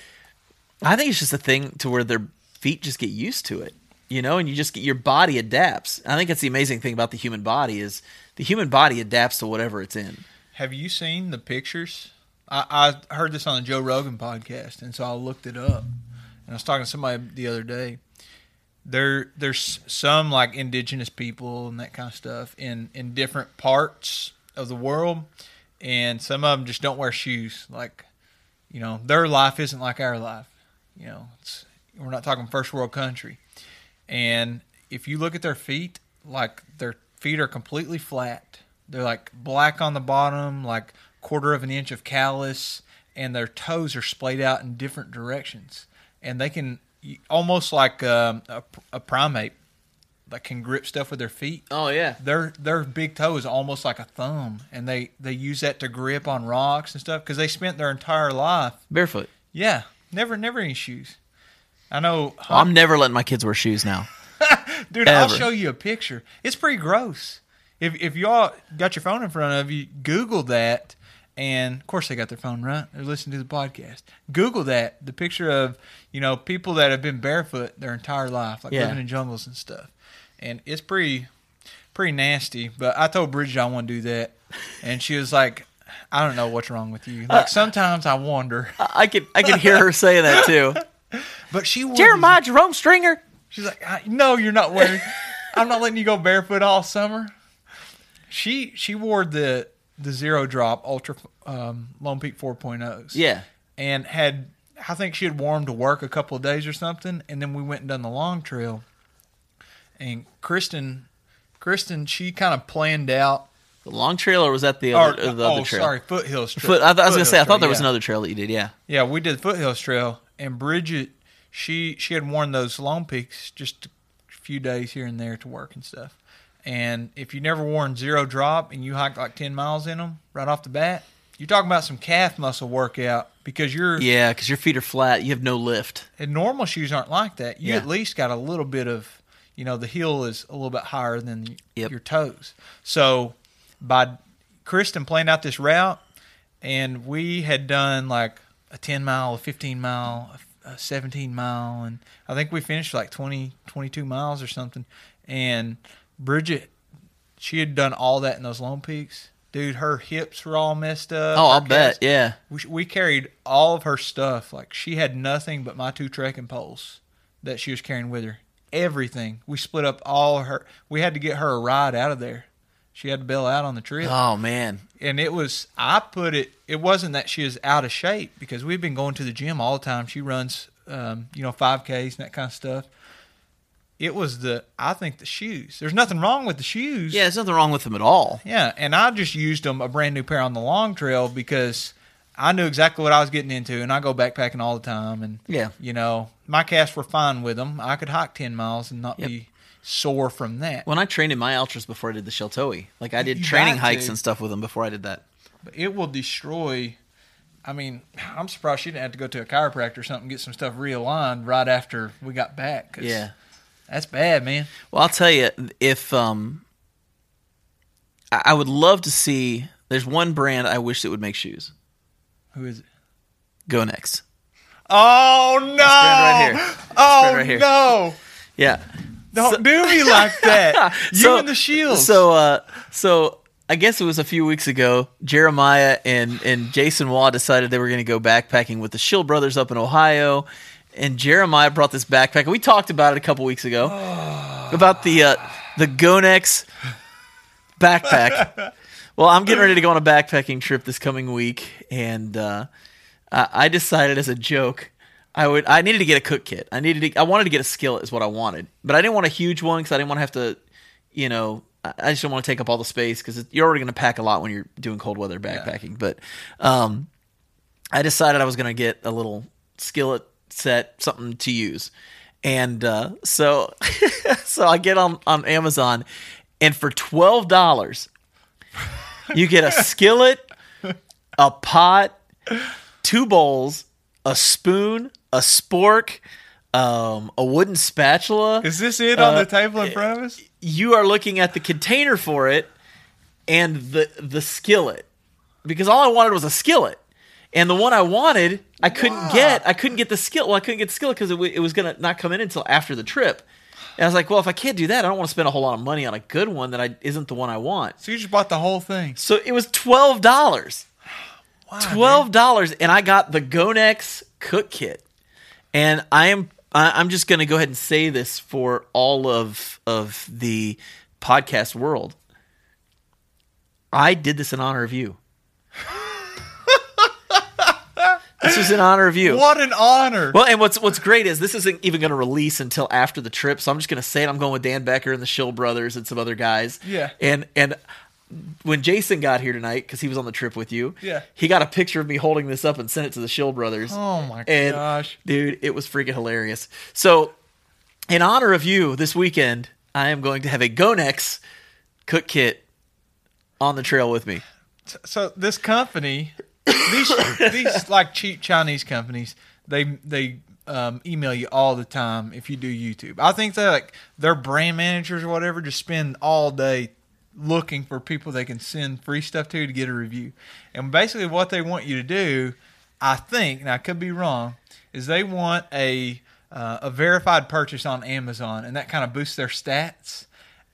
[SPEAKER 1] I think it's just a thing to where their feet just get used to it, you know, and you just get your body adapts. I think that's the amazing thing about the human body is the human body adapts to whatever it's in.
[SPEAKER 2] Have you seen the pictures? I, I heard this on the Joe Rogan podcast, and so I looked it up. And I was talking to somebody the other day. There, there's some like indigenous people and that kind of stuff in in different parts of the world, and some of them just don't wear shoes. Like, you know, their life isn't like our life. You know, it's, we're not talking first world country. And if you look at their feet, like their feet are completely flat. They're like black on the bottom, like quarter of an inch of callus, and their toes are splayed out in different directions. And they can almost like um, a, a primate that can grip stuff with their feet
[SPEAKER 1] Oh yeah,
[SPEAKER 2] their their big toe is almost like a thumb, and they they use that to grip on rocks and stuff because they spent their entire life.
[SPEAKER 1] barefoot.
[SPEAKER 2] Yeah, never never any shoes. I know,
[SPEAKER 1] I'm never letting my kids wear shoes now.
[SPEAKER 2] dude. I'll
[SPEAKER 1] ever.
[SPEAKER 2] show you a picture. It's pretty gross. If if y'all got your phone in front of you, Google that. And of course, they got their phone right. They're listening to the podcast. Google that the picture of you know people that have been barefoot their entire life, like
[SPEAKER 1] Yeah.
[SPEAKER 2] living in jungles and stuff. And it's pretty pretty nasty. But I told Bridget I want to do that, and she was like, "I don't know what's wrong with you."
[SPEAKER 1] Uh,
[SPEAKER 2] Like sometimes I wonder,
[SPEAKER 1] I, I can I can <laughs> hear her saying that too.
[SPEAKER 2] but she wore
[SPEAKER 1] Jeremiah Jerome Stringer.
[SPEAKER 2] She's like, I, no, you're not wearing. I'm not letting you go barefoot all summer. She she wore the the zero drop ultra um, Lone Peak 4.0s.
[SPEAKER 1] Yeah.
[SPEAKER 2] and had I think she had wore 'em to work a couple of days or something, and then we went and done the long trail. And Kristen, Kristen, she kind of planned out.
[SPEAKER 1] The long trail or was that the
[SPEAKER 2] Or,
[SPEAKER 1] other, uh, the other
[SPEAKER 2] oh,
[SPEAKER 1] trail?
[SPEAKER 2] sorry, foothills. Trail.
[SPEAKER 1] Foot, I, th- I was gonna say I thought
[SPEAKER 2] Foothills Trail,
[SPEAKER 1] there was
[SPEAKER 2] yeah.
[SPEAKER 1] another trail that you did. Yeah.
[SPEAKER 2] Yeah, we did the foothills trail, and Bridget, she she had worn those long peaks just a few days here and there to work and stuff. And if you never worn zero drop and you hiked like ten miles in them right off the bat, you're talking about some calf muscle workout because you're
[SPEAKER 1] Yeah, because your feet are flat. You have no lift.
[SPEAKER 2] and normal shoes aren't like that. You
[SPEAKER 1] Yeah.
[SPEAKER 2] at least got a little bit of, you know, the heel is a little bit higher than y-
[SPEAKER 1] Yep.
[SPEAKER 2] your toes. So by Kristen planned out this route, and we had done like a 10 mile, a 15 mile, a a 17 mile, and I think we finished like 20, 22 miles or something. And Bridget, she had done all that in those Lone Peaks. Dude, her hips were all messed up.
[SPEAKER 1] Oh,
[SPEAKER 2] her
[SPEAKER 1] I'll bet.
[SPEAKER 2] calves-
[SPEAKER 1] Yeah.
[SPEAKER 2] we, we carried all of her stuff. Like she had nothing but my two trekking poles that she was carrying with her. Everything. We split up all her. We had to get her a ride out of there. She had to bail out on the trip.
[SPEAKER 1] Oh man.
[SPEAKER 2] And it was, I put it, it wasn't that she was out of shape because we've been going to the gym all the time. She runs, um, you know, 5Ks and that kind of stuff. It was the, I think the shoes. There's nothing wrong with the shoes.
[SPEAKER 1] Yeah, there's nothing wrong with them at all.
[SPEAKER 2] Yeah, and I just used them a brand new pair on the long trail because I knew exactly what I was getting into, and I go backpacking all the time, and
[SPEAKER 1] Yeah.
[SPEAKER 2] you know my casts were fine with them. I could hike ten miles and not
[SPEAKER 1] Yep.
[SPEAKER 2] be sore from that.
[SPEAKER 1] When I trained in my ultras before I did the Sheltoe, like I did
[SPEAKER 2] You
[SPEAKER 1] training
[SPEAKER 2] got
[SPEAKER 1] hikes
[SPEAKER 2] to.
[SPEAKER 1] and stuff with them before I did that.
[SPEAKER 2] But it will destroy. I mean, I'm surprised she didn't have to go to a chiropractor or something get some stuff realigned right after we got back. 'cause
[SPEAKER 1] Yeah.
[SPEAKER 2] that's bad, man.
[SPEAKER 1] Well, I'll tell you if um, I, I would love to see. There's one brand I wish that would make shoes.
[SPEAKER 2] Who is it?
[SPEAKER 1] Go next.
[SPEAKER 2] Oh no!
[SPEAKER 1] brand right here. This
[SPEAKER 2] Oh
[SPEAKER 1] brand right here.
[SPEAKER 2] no!
[SPEAKER 1] Yeah.
[SPEAKER 2] Don't
[SPEAKER 1] So-
[SPEAKER 2] do me like
[SPEAKER 1] <laughs>
[SPEAKER 2] that. you
[SPEAKER 1] So-
[SPEAKER 2] and the shields.
[SPEAKER 1] So, uh, so I guess it was a few weeks ago. Jeremiah and and Jason Waugh decided they were going to go backpacking with the Shield brothers up in Ohio, and Jeremiah brought this backpack. and We talked about it a couple weeks
[SPEAKER 2] <sighs>
[SPEAKER 1] ago about the uh, the Gonex backpack.
[SPEAKER 2] <laughs>
[SPEAKER 1] well, I'm getting ready to go on a backpacking trip this coming week, and uh, I, I decided as a joke. I would. I needed to get a cook kit. I needed. To, I wanted to get a skillet is what I wanted, but I didn't want a huge one because I didn't want to have to, you know. I I just don't want to take up all the space because you're already going to pack a lot when you're doing cold weather backpacking. But um, I decided I was going to get a little skillet set, something to use, and uh, so <laughs> so I get on on Amazon, and for twelve dollars, you get a skillet, a pot, two bowls, a spoon, a spork, um, a wooden spatula.
[SPEAKER 2] Is this it on the table in front of us?
[SPEAKER 1] you are looking at the container for it and the the skillet because all I wanted was a skillet. And the one I wanted, I couldn't get. I couldn't get the skillet. Well, I couldn't get the skillet because it, w- it was gonna not come in until after the trip. And I was like, well, if I can't do that, I don't want to spend a whole lot of money on a good one that I isn't the one I want.
[SPEAKER 2] So you just bought the whole thing.
[SPEAKER 1] So it was twelve dollars. Twelve dollars, and I got the Gonex cook kit. And I am I- I'm just going to go ahead and say this for all of of the podcast world. I did this in honor of you. this was in honor of you.
[SPEAKER 2] What an honor.
[SPEAKER 1] Well, and what's what's great is this isn't even going to release until after the trip, so I'm just going to say it. I'm going with Dan Becker and the Shill Brothers and some other guys.
[SPEAKER 2] Yeah.
[SPEAKER 1] And and when Jason got here tonight, because he was on the trip with you,
[SPEAKER 2] Yeah.
[SPEAKER 1] he got a picture of me holding this up and sent it to the Shill Brothers.
[SPEAKER 2] Oh my
[SPEAKER 1] And,
[SPEAKER 2] gosh.
[SPEAKER 1] dude, it was freaking hilarious. So, in honor of you, this weekend I am going to have a Gonex cook kit on the trail with me.
[SPEAKER 2] so this company, these these like cheap Chinese companies, they they um, email you all the time if you do YouTube. I think they like their brand managers or whatever just spend all day looking for people they can send free stuff to to get a review. And basically, what they want you to do, I think, and I could be wrong, is they want a uh, a verified purchase on Amazon, and that kind of boosts their stats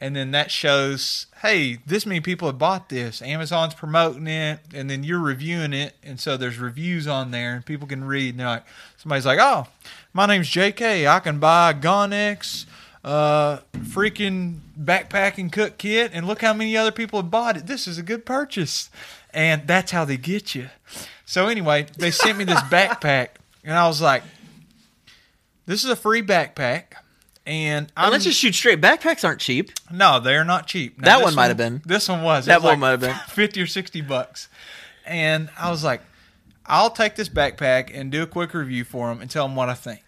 [SPEAKER 2] and then that shows hey this many people have bought this amazon's promoting it and then you're reviewing it and so there's reviews on there and people can read and they're like somebody's like oh my name's jk i can buy gonex uh freaking backpacking cook kit and look how many other people have bought it this is a good purchase and that's how they get you so anyway they sent me this backpack and i was like this is a free backpack and
[SPEAKER 1] And
[SPEAKER 2] I'm,
[SPEAKER 1] let's just shoot straight. Backpacks aren't cheap.
[SPEAKER 2] no, they're not cheap. Now,
[SPEAKER 1] That
[SPEAKER 2] this
[SPEAKER 1] one might have been.
[SPEAKER 2] This one was. It
[SPEAKER 1] That
[SPEAKER 2] was
[SPEAKER 1] one might have been.
[SPEAKER 2] <laughs> fifty or sixty bucks, and I was like, "I'll take this backpack and do a quick review for them and tell them what I think."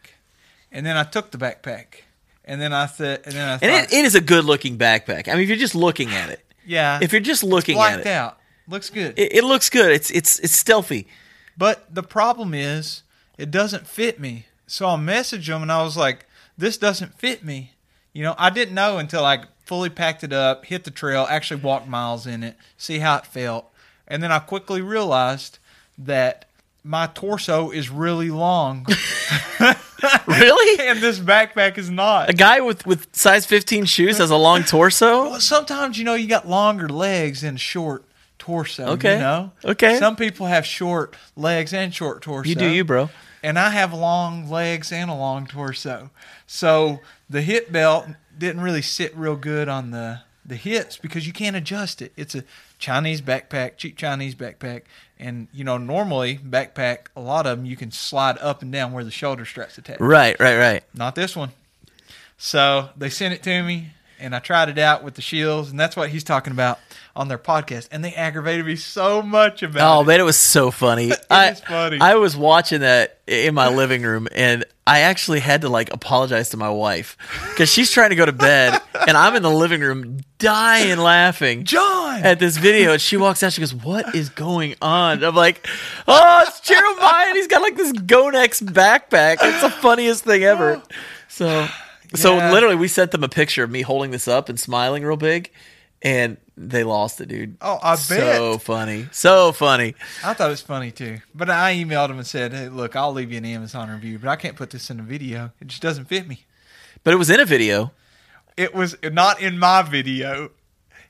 [SPEAKER 2] And then I took the backpack, and then I said, and then I thought,
[SPEAKER 1] And it, it is a good looking backpack. I mean, if you're just looking at it,
[SPEAKER 2] "Yeah,
[SPEAKER 1] if you're just looking at
[SPEAKER 2] blacked
[SPEAKER 1] it,
[SPEAKER 2] out, looks good."
[SPEAKER 1] it, it looks good. It's it's it's stealthy.
[SPEAKER 2] But the problem is, it doesn't fit me. So I messaged him and I was like, this doesn't fit me. You know, I didn't know until I fully packed it up, hit the trail, actually walked miles in it, see how it felt. And then I quickly realized that my torso is really long <laughs>
[SPEAKER 1] Really?
[SPEAKER 2] and this backpack is not.
[SPEAKER 1] A guy with with size 15 shoes has a long torso.
[SPEAKER 2] <laughs> Well, sometimes you know you got longer legs and short torso.
[SPEAKER 1] Okay.
[SPEAKER 2] You know.
[SPEAKER 1] Okay.
[SPEAKER 2] Some people have short legs and short torso.
[SPEAKER 1] You do you, bro.
[SPEAKER 2] And I have long legs and a long torso, so the hip belt didn't really sit real good on the the hips because you can't adjust it. It's a Chinese backpack, cheap Chinese backpack, and you know normally backpack a lot of them you can slide up and down where the shoulder straps attach
[SPEAKER 1] Right, right, right.
[SPEAKER 2] not this one. So they sent it to me, and I tried it out with the shields, and that's what he's talking about on their podcast. And they aggravated me so much about
[SPEAKER 1] Oh
[SPEAKER 2] it.
[SPEAKER 1] man, it was so
[SPEAKER 2] <laughs>
[SPEAKER 1] funny. I,
[SPEAKER 2] is funny.
[SPEAKER 1] I was watching that in my living room, and I actually had to like apologize to my wife because she's trying to go to bed, and I'm in the living room dying laughing.
[SPEAKER 2] John,
[SPEAKER 1] at this video and she walks out she goes what is going on And i'm like oh it's jeremiah and he's got like this gonex backpack it's the funniest thing ever so so
[SPEAKER 2] Yeah.
[SPEAKER 1] literally we sent them a picture of me holding this up and smiling real big and they lost it dude
[SPEAKER 2] Oh, I
[SPEAKER 1] so funny so funny
[SPEAKER 2] I thought it was funny too. But I emailed him and said, "Hey, look, I'll leave you an Amazon review, but I can't put this in a video. It just doesn't fit me.
[SPEAKER 1] but it was in a video
[SPEAKER 2] It was not in my video.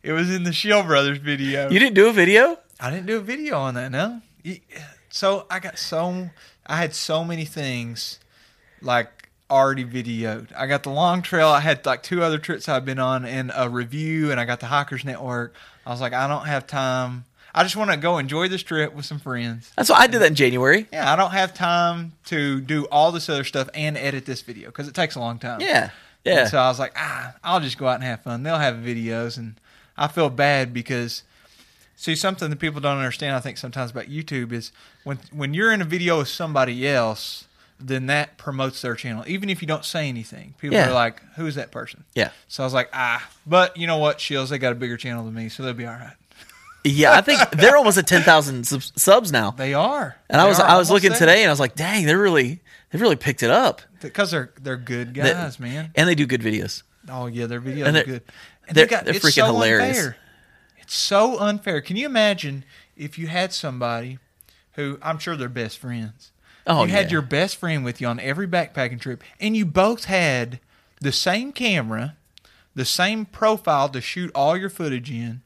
[SPEAKER 2] It was in the Shield Brothers video.
[SPEAKER 1] you didn't do a video
[SPEAKER 2] I didn't do a video on that. No. You- So I got so I had so many things like already videoed. I got the long trail. I had like two other trips I've been on and a review, and I got the Hikers Network. I was like, I don't have time. I just want to go enjoy this trip with some friends.
[SPEAKER 1] That's why I did that in January.
[SPEAKER 2] Yeah, I don't have time to do all this other stuff and edit this video because it takes a long time.
[SPEAKER 1] Yeah.
[SPEAKER 2] And
[SPEAKER 1] Yeah.
[SPEAKER 2] so I was like, ah, I'll just go out and have fun. They'll have videos, and I feel bad because see something that people don't understand. I think sometimes about YouTube is when when you're in a video with somebody else, then that promotes their channel, even if you don't say anything. People
[SPEAKER 1] Yeah.
[SPEAKER 2] are like, who is that person?
[SPEAKER 1] Yeah.
[SPEAKER 2] So I was like, ah, but you know what, Shields, they got a bigger channel than me, so they'll be all right.
[SPEAKER 1] Yeah, I think they're almost at 10,000 sub- subs now.
[SPEAKER 2] They are.
[SPEAKER 1] And I was I was looking today and I was like, "Dang, they're really they really picked it up."
[SPEAKER 2] because they're they're good
[SPEAKER 1] They-
[SPEAKER 2] guys, man.
[SPEAKER 1] And they do good videos.
[SPEAKER 2] Oh yeah, their
[SPEAKER 1] And
[SPEAKER 2] videos are
[SPEAKER 1] they're-
[SPEAKER 2] good.
[SPEAKER 1] they're-
[SPEAKER 2] they got-
[SPEAKER 1] they're
[SPEAKER 2] it's
[SPEAKER 1] freaking hilarious.
[SPEAKER 2] Unfair. It's so unfair. Can you imagine if you had somebody who I'm sure they're best friends?
[SPEAKER 1] Oh,
[SPEAKER 2] you had
[SPEAKER 1] yeah.
[SPEAKER 2] your best friend with you on every backpacking trip, and you both had the same camera, the same profile to shoot all your footage in,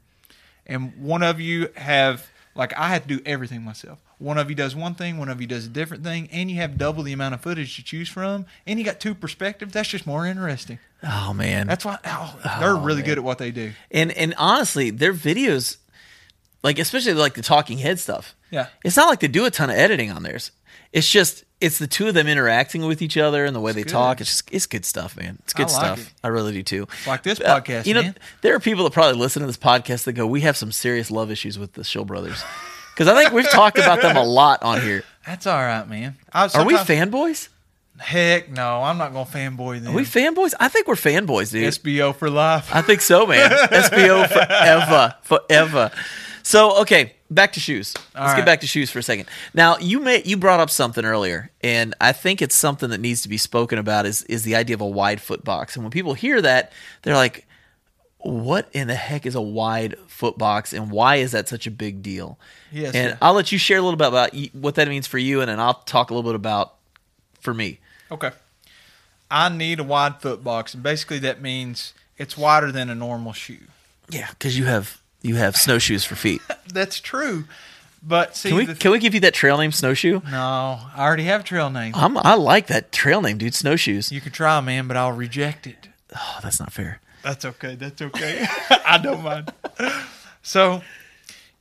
[SPEAKER 2] and one of you have like I have to do everything myself. One of you does one thing, one of you does a different thing, and you have double the amount of footage to choose from, and you got two perspectives. That's just more interesting.
[SPEAKER 1] Oh man.
[SPEAKER 2] That's why oh, they're really good at what they do.
[SPEAKER 1] and and honestly, their videos like especially like the talking head stuff.
[SPEAKER 2] Yeah.
[SPEAKER 1] It's not like they do a ton of editing on theirs. It's just it's the two of them interacting with each other and the way they
[SPEAKER 2] good.
[SPEAKER 1] talk. It's just, it's good stuff, man. It's good
[SPEAKER 2] like
[SPEAKER 1] stuff.
[SPEAKER 2] it.
[SPEAKER 1] I really do too.
[SPEAKER 2] Like this
[SPEAKER 1] Uh,
[SPEAKER 2] podcast,
[SPEAKER 1] you know,
[SPEAKER 2] man.
[SPEAKER 1] there are people that probably listen to this podcast that go, "We have some serious love issues with the Shill brothers," because I think we've talked about them a lot on here.
[SPEAKER 2] That's all right, man. I,
[SPEAKER 1] Are we
[SPEAKER 2] sometimes-
[SPEAKER 1] fanboys?
[SPEAKER 2] Heck no, I'm not gonna fanboy them.
[SPEAKER 1] Are we fanboys? I think we're fanboys, dude.
[SPEAKER 2] SBO for life.
[SPEAKER 1] I think so, man.
[SPEAKER 2] <laughs>
[SPEAKER 1] SBO forever, forever. So, okay, back to shoes. Let's get
[SPEAKER 2] right.
[SPEAKER 1] back to shoes for a second. Now, you may, you brought up something earlier, and I think it's something that needs to be spoken about is is the idea of a wide foot box. And when people hear that, they're like, "What in the heck is a wide foot box, and why is that such a big deal?"
[SPEAKER 2] Yes,
[SPEAKER 1] and
[SPEAKER 2] sir.
[SPEAKER 1] I'll let you share a little bit about y- what that means for you, and then I'll talk a little bit about for me.
[SPEAKER 2] Okay. I need a wide foot box, and basically that means it's wider than a normal shoe.
[SPEAKER 1] Yeah, because you have you have snowshoes for feet.
[SPEAKER 2] That's true. But see, <laughs>
[SPEAKER 1] Can we
[SPEAKER 2] the-
[SPEAKER 1] can we give you that trail name snowshoe?
[SPEAKER 2] no, I already have a trail name.
[SPEAKER 1] I'm, I like that trail name, dude. Snowshoes.
[SPEAKER 2] You can try, man, but I'll reject it.
[SPEAKER 1] Oh, that's not fair.
[SPEAKER 2] That's okay. That's okay. <laughs> I don't mind. So,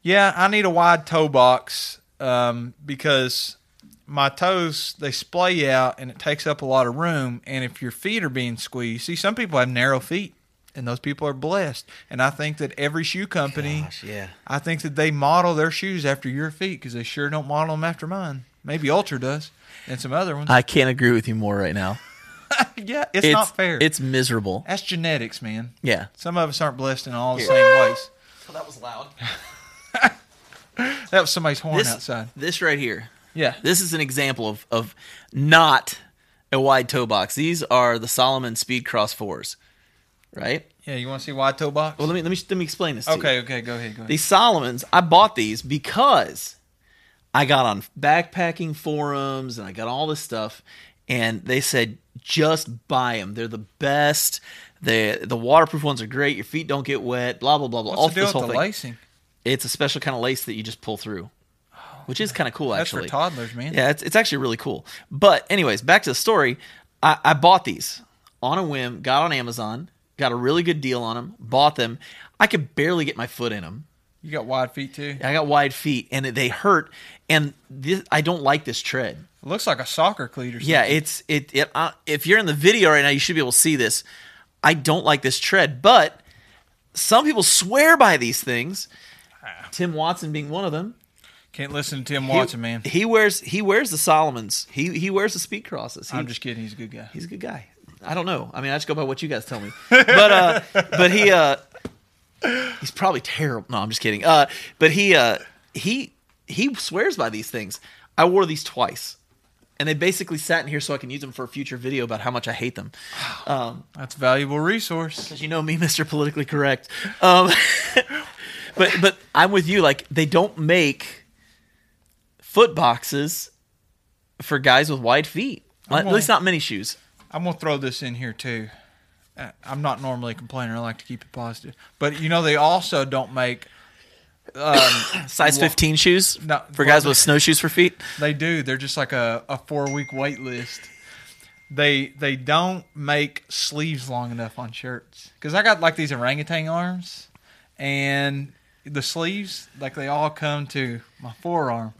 [SPEAKER 2] yeah, I need a wide toe box um, because my toes they splay out and it takes up a lot of room. And if your feet are being squeezed, see, some people have narrow feet, and those people are blessed. And I think that every shoe company,
[SPEAKER 1] yeah.
[SPEAKER 2] I think that they model their shoes after your feet because they sure don't model them after mine. Maybe Ultra does, and some other ones.
[SPEAKER 1] I can't agree with you more right now.
[SPEAKER 2] yeah, it's, not fair.
[SPEAKER 1] It's miserable.
[SPEAKER 2] that's genetics, man.
[SPEAKER 1] Yeah.
[SPEAKER 2] Some of us aren't blessed in all the same ways.
[SPEAKER 1] Oh, that was loud.
[SPEAKER 2] That was somebody's horn
[SPEAKER 1] This,
[SPEAKER 2] outside.
[SPEAKER 1] this right here.
[SPEAKER 2] Yeah.
[SPEAKER 1] This is an example of, of not a wide toe box. These are the Solomon Speed Cross 4s, right?
[SPEAKER 2] Yeah, you want to see wide toe box?
[SPEAKER 1] Well, let me, let me, let me explain this to you.
[SPEAKER 2] okay, okay, go ahead, go ahead.
[SPEAKER 1] These Solomons, I bought these because I got on backpacking forums and I got all this stuff, and they said just buy them. They're the best. The the waterproof ones are great. Your feet don't get wet. Blah blah blah blah. all
[SPEAKER 2] What's the deal
[SPEAKER 1] this
[SPEAKER 2] with
[SPEAKER 1] whole
[SPEAKER 2] the
[SPEAKER 1] thing.
[SPEAKER 2] lacing?
[SPEAKER 1] It's a special kind of lace that you just pull through, which is kind of cool
[SPEAKER 2] That's for
[SPEAKER 1] actually.
[SPEAKER 2] toddlers, man.
[SPEAKER 1] Yeah, it's, it's actually really cool. But anyways, back to the story. I, I bought these on a whim, got on Amazon, got a really good deal on them, bought them. I could barely get my foot in them.
[SPEAKER 2] You got wide feet too.
[SPEAKER 1] I got wide feet and they hurt. And this, I don't like this tread.
[SPEAKER 2] It looks like a soccer cleat or something.
[SPEAKER 1] Yeah, it's it. it uh, if you're in the video right now, you should be able to see this. I don't like this tread, but some people swear by these things. Tim Watson being one of them.
[SPEAKER 2] Can't listen to Tim
[SPEAKER 1] He-
[SPEAKER 2] Ah. Watson, man.
[SPEAKER 1] He wears he wears the Solomons. He he wears the speed crosses. He,
[SPEAKER 2] I'm just kidding. He's a good guy.
[SPEAKER 1] he's a good guy. I don't know. I mean, I just go by what you guys tell me. But <laughs> uh, but he uh, he's probably terrible. No, I'm just kidding. Uh, but he uh, he he swears by these things. I wore these twice, and they basically sat in here so I can use them for a future video about how much I hate them.
[SPEAKER 2] That's a valuable resource.
[SPEAKER 1] As you know me, <laughs> Mister Politically Correct. Um, <laughs> but but I'm with you. Like they don't make foot boxes for guys with wide feet. At least not many shoes.
[SPEAKER 2] I'm gonna throw this in here too. Uh, I'm not normally a complainer. I like to keep it positive, but you know they also don't make.
[SPEAKER 1] size 15 shoes
[SPEAKER 2] No,
[SPEAKER 1] for
[SPEAKER 2] well,
[SPEAKER 1] guys with snowshoes for feet
[SPEAKER 2] They do. They're just like a, a four week wait list. They they don't make sleeves long enough on shirts because I got like these orangutan arms, and the sleeves, like they all come to my forearm.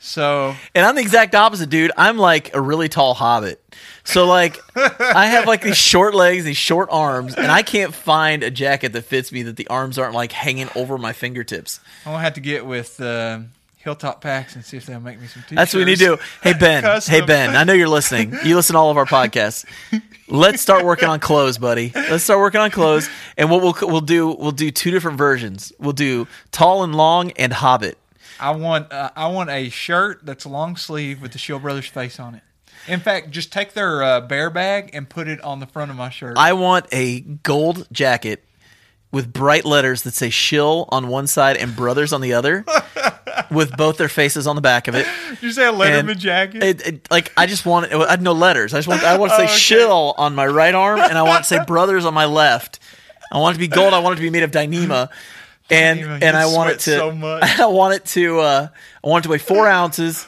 [SPEAKER 2] So
[SPEAKER 1] And I'm the exact opposite, dude. I'm like a really tall hobbit. So like I have like these short legs, these short arms, and I can't find a jacket that fits me that the arms aren't like hanging over my fingertips.
[SPEAKER 2] I'm gonna have to get with uh, Hilltop Packs and see if they'll make me some t-shirts.
[SPEAKER 1] That's what we need to do. Hey Ben, hey
[SPEAKER 2] Custom.
[SPEAKER 1] Ben, I know you're listening. You listen to all of our podcasts. Let's start working on clothes, buddy. Let's start working on clothes. And what we'll we'll do we'll do two different versions. We'll do tall and long and hobbit.
[SPEAKER 2] I want uh, I want a shirt that's long sleeve with the Shield Brothers face on it. In fact, just take their uh, bear bag and put it on the front of my shirt.
[SPEAKER 1] I want a gold jacket with bright letters that say "shill" on one side and "brothers" on the
[SPEAKER 2] <laughs>
[SPEAKER 1] other, with both their faces on the back of it.
[SPEAKER 2] you say a
[SPEAKER 1] And
[SPEAKER 2] Letterman jacket? Oh,
[SPEAKER 1] It, it- like I just want, I have no letters. I just want, I want to
[SPEAKER 2] <laughs>
[SPEAKER 1] say
[SPEAKER 2] okay.
[SPEAKER 1] "shill" on my right arm, and I want to say "brothers" on my left. I want it to be gold. I want it to be made of
[SPEAKER 2] <laughs>
[SPEAKER 1] Dyneema, and
[SPEAKER 2] Dyneema,
[SPEAKER 1] and
[SPEAKER 2] you
[SPEAKER 1] I want it
[SPEAKER 2] sweat
[SPEAKER 1] to. <laughs>
[SPEAKER 2] so much.
[SPEAKER 1] I want it to. Uh, I want it to weigh four ounces,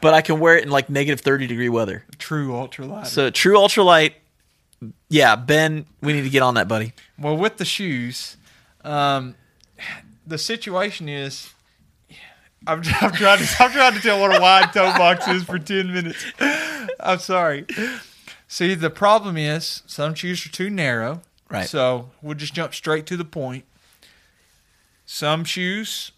[SPEAKER 1] but I can wear it in like negative thirty degree weather.
[SPEAKER 2] True ultralight.
[SPEAKER 1] So true ultralight. Yeah, Ben, we need to get on that, buddy.
[SPEAKER 2] Well, with the shoes, um, the situation is. I've, <laughs> I've, tried to, I've tried to tell what a wide toe box is for 10 minutes. I'm sorry. See, the problem is some shoes are too narrow.
[SPEAKER 1] Right.
[SPEAKER 2] So we'll just jump straight to the point. Some shoes,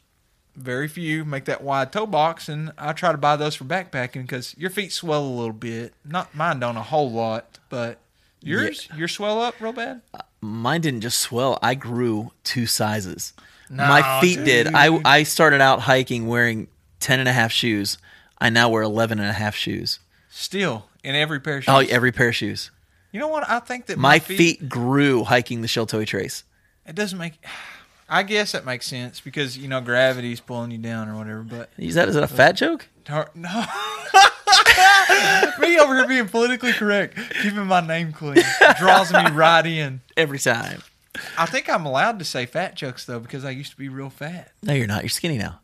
[SPEAKER 2] very few, make that wide toe box, and I try to buy those for backpacking because your feet swell a little bit. Not mine don't a whole lot, but yours, yours swell up real bad.
[SPEAKER 1] mine didn't just swell i grew two sizes my
[SPEAKER 2] No,
[SPEAKER 1] feet did
[SPEAKER 2] dude.
[SPEAKER 1] I, I started out hiking wearing 10 and a half shoes i now wear 11 and a half shoes
[SPEAKER 2] Still, in every pair of shoes.
[SPEAKER 1] oh every pair of shoes
[SPEAKER 2] You know what? I think that
[SPEAKER 1] my feet grew hiking the sheltoe trace
[SPEAKER 2] It doesn't make. I guess that makes sense because you know gravity's pulling you down or whatever. But
[SPEAKER 1] is that is that a fat joke
[SPEAKER 2] Tar- <laughs> no, me over here being politically correct, keeping my name clean, draws me right in.
[SPEAKER 1] every time
[SPEAKER 2] I think I'm allowed to say fat jokes though because I used to be real fat,
[SPEAKER 1] no you're not you're skinny now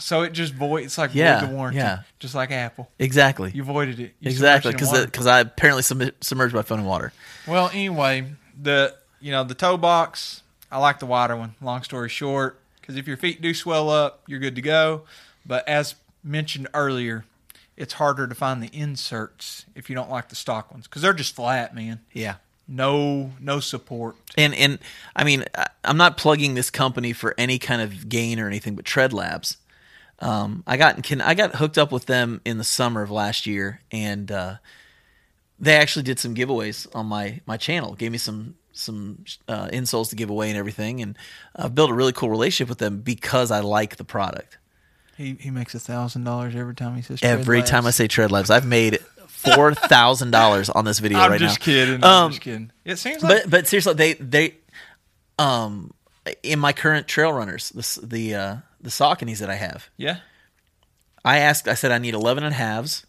[SPEAKER 2] so it just void. It's like
[SPEAKER 1] Yeah,
[SPEAKER 2] void the warranty,
[SPEAKER 1] yeah.
[SPEAKER 2] just like Apple.
[SPEAKER 1] exactly
[SPEAKER 2] You voided it You
[SPEAKER 1] exactly
[SPEAKER 2] submerged it in
[SPEAKER 1] because
[SPEAKER 2] water.
[SPEAKER 1] because i apparently submer- submerged my phone in water
[SPEAKER 2] Well, anyway, the you know the toe box. I like the wider one. Long story short, because if your feet do swell up, you're good to go. But as mentioned earlier, it's harder to find the inserts if you don't like the stock ones because they're just flat, man.
[SPEAKER 1] yeah
[SPEAKER 2] No, no support.
[SPEAKER 1] and and I mean I, I'm not plugging this company for any kind of gain or anything, but Tread Labs. Um, I got can I got hooked up with them in the summer of last year, and uh, they actually did some giveaways on my my channel. Gave me some some uh, insoles to give away and everything, and I've built a really cool relationship with them because I like the product.
[SPEAKER 2] He he makes a thousand dollars every time he says.
[SPEAKER 1] Every time I say Tread Labs, I've made four thousand dollars on
[SPEAKER 2] <laughs>
[SPEAKER 1] this video
[SPEAKER 2] I'm
[SPEAKER 1] right
[SPEAKER 2] just
[SPEAKER 1] now.
[SPEAKER 2] kidding. I'm
[SPEAKER 1] Um,
[SPEAKER 2] just kidding. It seems like
[SPEAKER 1] but but seriously, they they um in my current trail runners, the s- the uh, the Sauconies that I have,
[SPEAKER 2] yeah.
[SPEAKER 1] I asked. I said I need eleven and halves,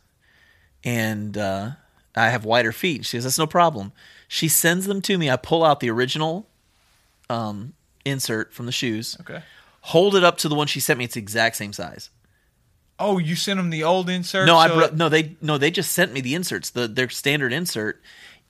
[SPEAKER 1] and uh, I have wider feet. She goes, that's no problem. She sends them to me. I pull out the original um, insert from the shoes,
[SPEAKER 2] Okay.
[SPEAKER 1] hold it up to the one she sent me. It's the exact same size.
[SPEAKER 2] Oh, you sent him the old insert.
[SPEAKER 1] No, I
[SPEAKER 2] so
[SPEAKER 1] bro- no they no they just sent me the inserts. The their standard insert.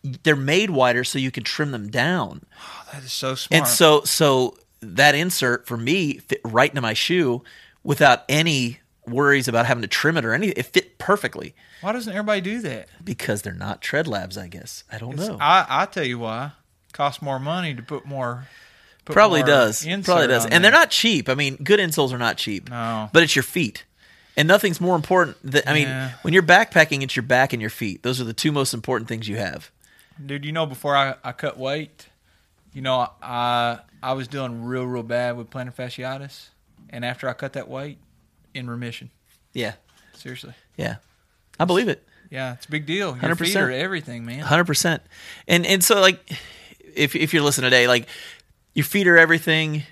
[SPEAKER 1] They're made wider so you can trim them down.
[SPEAKER 2] that is so smart.
[SPEAKER 1] And so so that insert for me fit right into my shoe without any worries about having to trim it or anything. It fit perfectly
[SPEAKER 2] why doesn't everybody do that?
[SPEAKER 1] because they're not tread labs, I guess. I don't know.
[SPEAKER 2] I, I tell you why. Costs more money to put more. put
[SPEAKER 1] Probably
[SPEAKER 2] more
[SPEAKER 1] does.
[SPEAKER 2] insert
[SPEAKER 1] Probably does.
[SPEAKER 2] on
[SPEAKER 1] And they're
[SPEAKER 2] there.
[SPEAKER 1] not cheap. I mean, good insoles are not cheap.
[SPEAKER 2] No.
[SPEAKER 1] But it's your feet. And nothing's more important that I mean,
[SPEAKER 2] Yeah.
[SPEAKER 1] when you're backpacking, it's your back and your feet. Those are the two most important things you have.
[SPEAKER 2] Dude, you know, before I, I cut weight, you know, I I was doing real real bad with plantar fasciitis, and after I cut that weight, in remission.
[SPEAKER 1] Yeah.
[SPEAKER 2] Seriously,
[SPEAKER 1] Yeah. I believe it.
[SPEAKER 2] yeah, it's a big deal. Your feet
[SPEAKER 1] 100%.
[SPEAKER 2] are everything, man.
[SPEAKER 1] hundred percent. And and so like, if if you're listening today, like your feet are everything.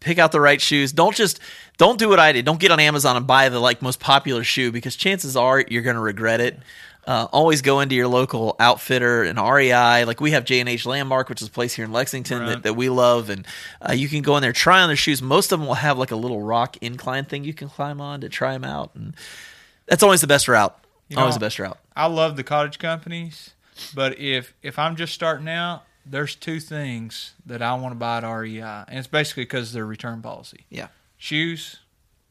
[SPEAKER 1] Pick out the right shoes. Don't just don't do what I did. Don't get on Amazon and buy the like most popular shoe because chances are you're going to regret it. Uh, always go into your local outfitter and REI. Like we have J and H Landmark, which is a place here in Lexington that,
[SPEAKER 2] Right.
[SPEAKER 1] that we love, and uh, you can go in there try on their shoes. Most of them will have like a little rock incline thing you can climb on to try them out, and that's always the best route. always
[SPEAKER 2] know-
[SPEAKER 1] the best route.
[SPEAKER 2] I love the cottage companies, but if if I'm just starting out, E there's two things that I want to buy at REI, and it's basically because of their return policy.
[SPEAKER 1] Yeah.
[SPEAKER 2] shoes,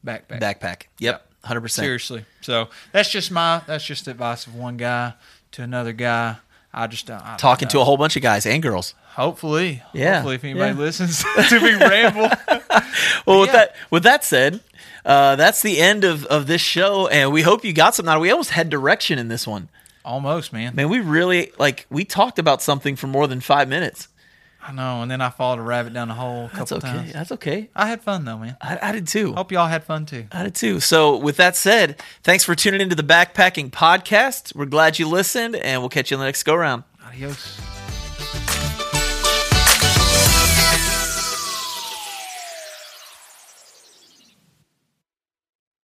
[SPEAKER 2] backpack.
[SPEAKER 1] Backpack. Yep. Hundred percent.
[SPEAKER 2] Seriously. So that's just my that's just advice of one guy to another guy. I just don't, I don't
[SPEAKER 1] Talking to
[SPEAKER 2] know.
[SPEAKER 1] a whole bunch of guys and girls.
[SPEAKER 2] hopefully
[SPEAKER 1] Yeah,
[SPEAKER 2] hopefully if anybody
[SPEAKER 1] yeah. <laughs>
[SPEAKER 2] listens <laughs> to me ramble
[SPEAKER 1] Well, with
[SPEAKER 2] Yeah.
[SPEAKER 1] that with that said, uh, that's the end of, of this show, and we hope you got something out. of it. We almost had direction in this one.
[SPEAKER 2] almost man.
[SPEAKER 1] Man, we really like we talked about something for more than five minutes.
[SPEAKER 2] I know, and then I followed a rabbit down a hole a couple
[SPEAKER 1] That's okay.
[SPEAKER 2] times. Oh.
[SPEAKER 1] That's okay.
[SPEAKER 2] I had fun though, man.
[SPEAKER 1] I, I did too.
[SPEAKER 2] Hope y'all had fun too.
[SPEAKER 1] I did too. So, with that said, thanks for tuning into the Backpacking Podcast. We're glad you listened, and we'll catch you on the next go round.
[SPEAKER 2] Adios.